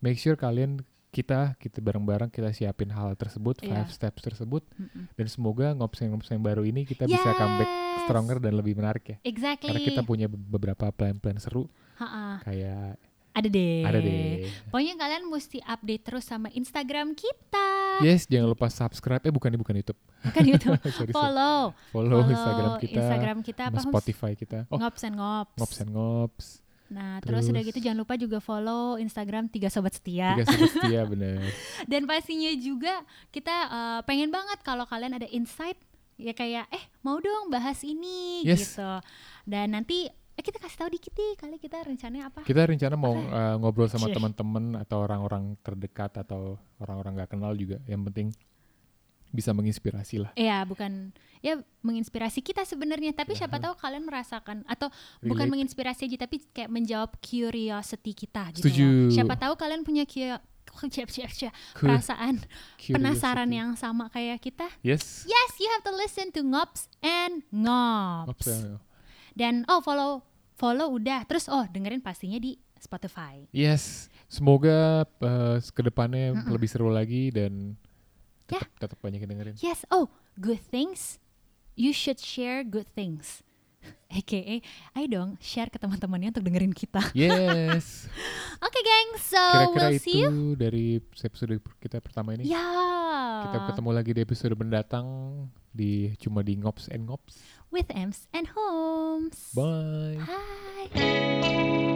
Speaker 2: make sure kalian kita kita bareng-bareng kita siapin hal tersebut
Speaker 1: Iya.
Speaker 2: five steps tersebut
Speaker 1: Mm-mm.
Speaker 2: dan semoga ngopsen-ngopsen baru ini kita bisa comeback
Speaker 1: Yes.
Speaker 2: stronger dan lebih menarik ya
Speaker 1: exactly
Speaker 2: karena kita punya be- beberapa plan-plan seru
Speaker 1: Ha-ah.
Speaker 2: Kayak
Speaker 1: Ada deh.
Speaker 2: ada deh.
Speaker 1: Pokoknya kalian mesti update terus sama Instagram kita.
Speaker 2: Yes, jangan lupa subscribe. Eh bukan bukan YouTube.
Speaker 1: Bukan YouTube.
Speaker 2: Sorry, sorry.
Speaker 1: Follow.
Speaker 2: Follow Instagram kita,
Speaker 1: Instagram kita
Speaker 2: sama
Speaker 1: apa? Homs?
Speaker 2: Spotify kita. Oh,
Speaker 1: Ngops and Ngops.
Speaker 2: Ngops and Ngops.
Speaker 1: Nah, terus, udah
Speaker 2: Terus.
Speaker 1: gitu jangan lupa juga follow Instagram Tiga Sobat Setia.
Speaker 2: Tiga Sobat setia bener.
Speaker 1: Dan pastinya juga kita eh, pengen banget kalau kalian ada insight ya kayak eh mau dong bahas ini
Speaker 2: Yes.
Speaker 1: gitu. Dan nanti eh kita kasih tahu dikit nih kali kita rencananya apa.
Speaker 2: Kita rencana mau eh, ngobrol sama
Speaker 1: Cih.
Speaker 2: teman-teman atau orang-orang terdekat atau orang-orang nggak kenal juga. Yang penting bisa menginspirasi lah.
Speaker 1: Iya, bukan ya menginspirasi kita sebenarnya, tapi siapa tahu kalian merasakan atau bukan
Speaker 2: Relate.
Speaker 1: menginspirasi aja tapi kayak menjawab curiosity kita gitu.
Speaker 2: Setuju.
Speaker 1: loh. Siapa tahu kalian punya kio- siap, siap, siap.
Speaker 2: Cu-
Speaker 1: perasaan penasaran
Speaker 2: curiosity.
Speaker 1: yang sama kayak kita.
Speaker 2: Yes.
Speaker 1: Yes, you have to listen to Ngops and
Speaker 2: Ngops
Speaker 1: Ngops.
Speaker 2: and-
Speaker 1: Dan oh follow follow udah. Terus oh dengerin pastinya di Spotify.
Speaker 2: Yes. Semoga eh, kedepannya
Speaker 1: Mm-mm.
Speaker 2: lebih seru lagi dan
Speaker 1: Ya.
Speaker 2: tetap, tetap banyak yang dengerin.
Speaker 1: Yes. Oh, good things. You should share good things. AKA, ayo dong share ke teman-temannya untuk dengerin kita.
Speaker 2: Yes.
Speaker 1: Oke, geng. So,
Speaker 2: Kira-kira
Speaker 1: Oh, we'll see you.
Speaker 2: itu dari episode kita pertama ini.
Speaker 1: Ya.
Speaker 2: Kita ketemu lagi di episode mendatang di cuma di Ngops and Ngops.
Speaker 1: With Ems and Holmes.
Speaker 2: Bye.
Speaker 1: Bye.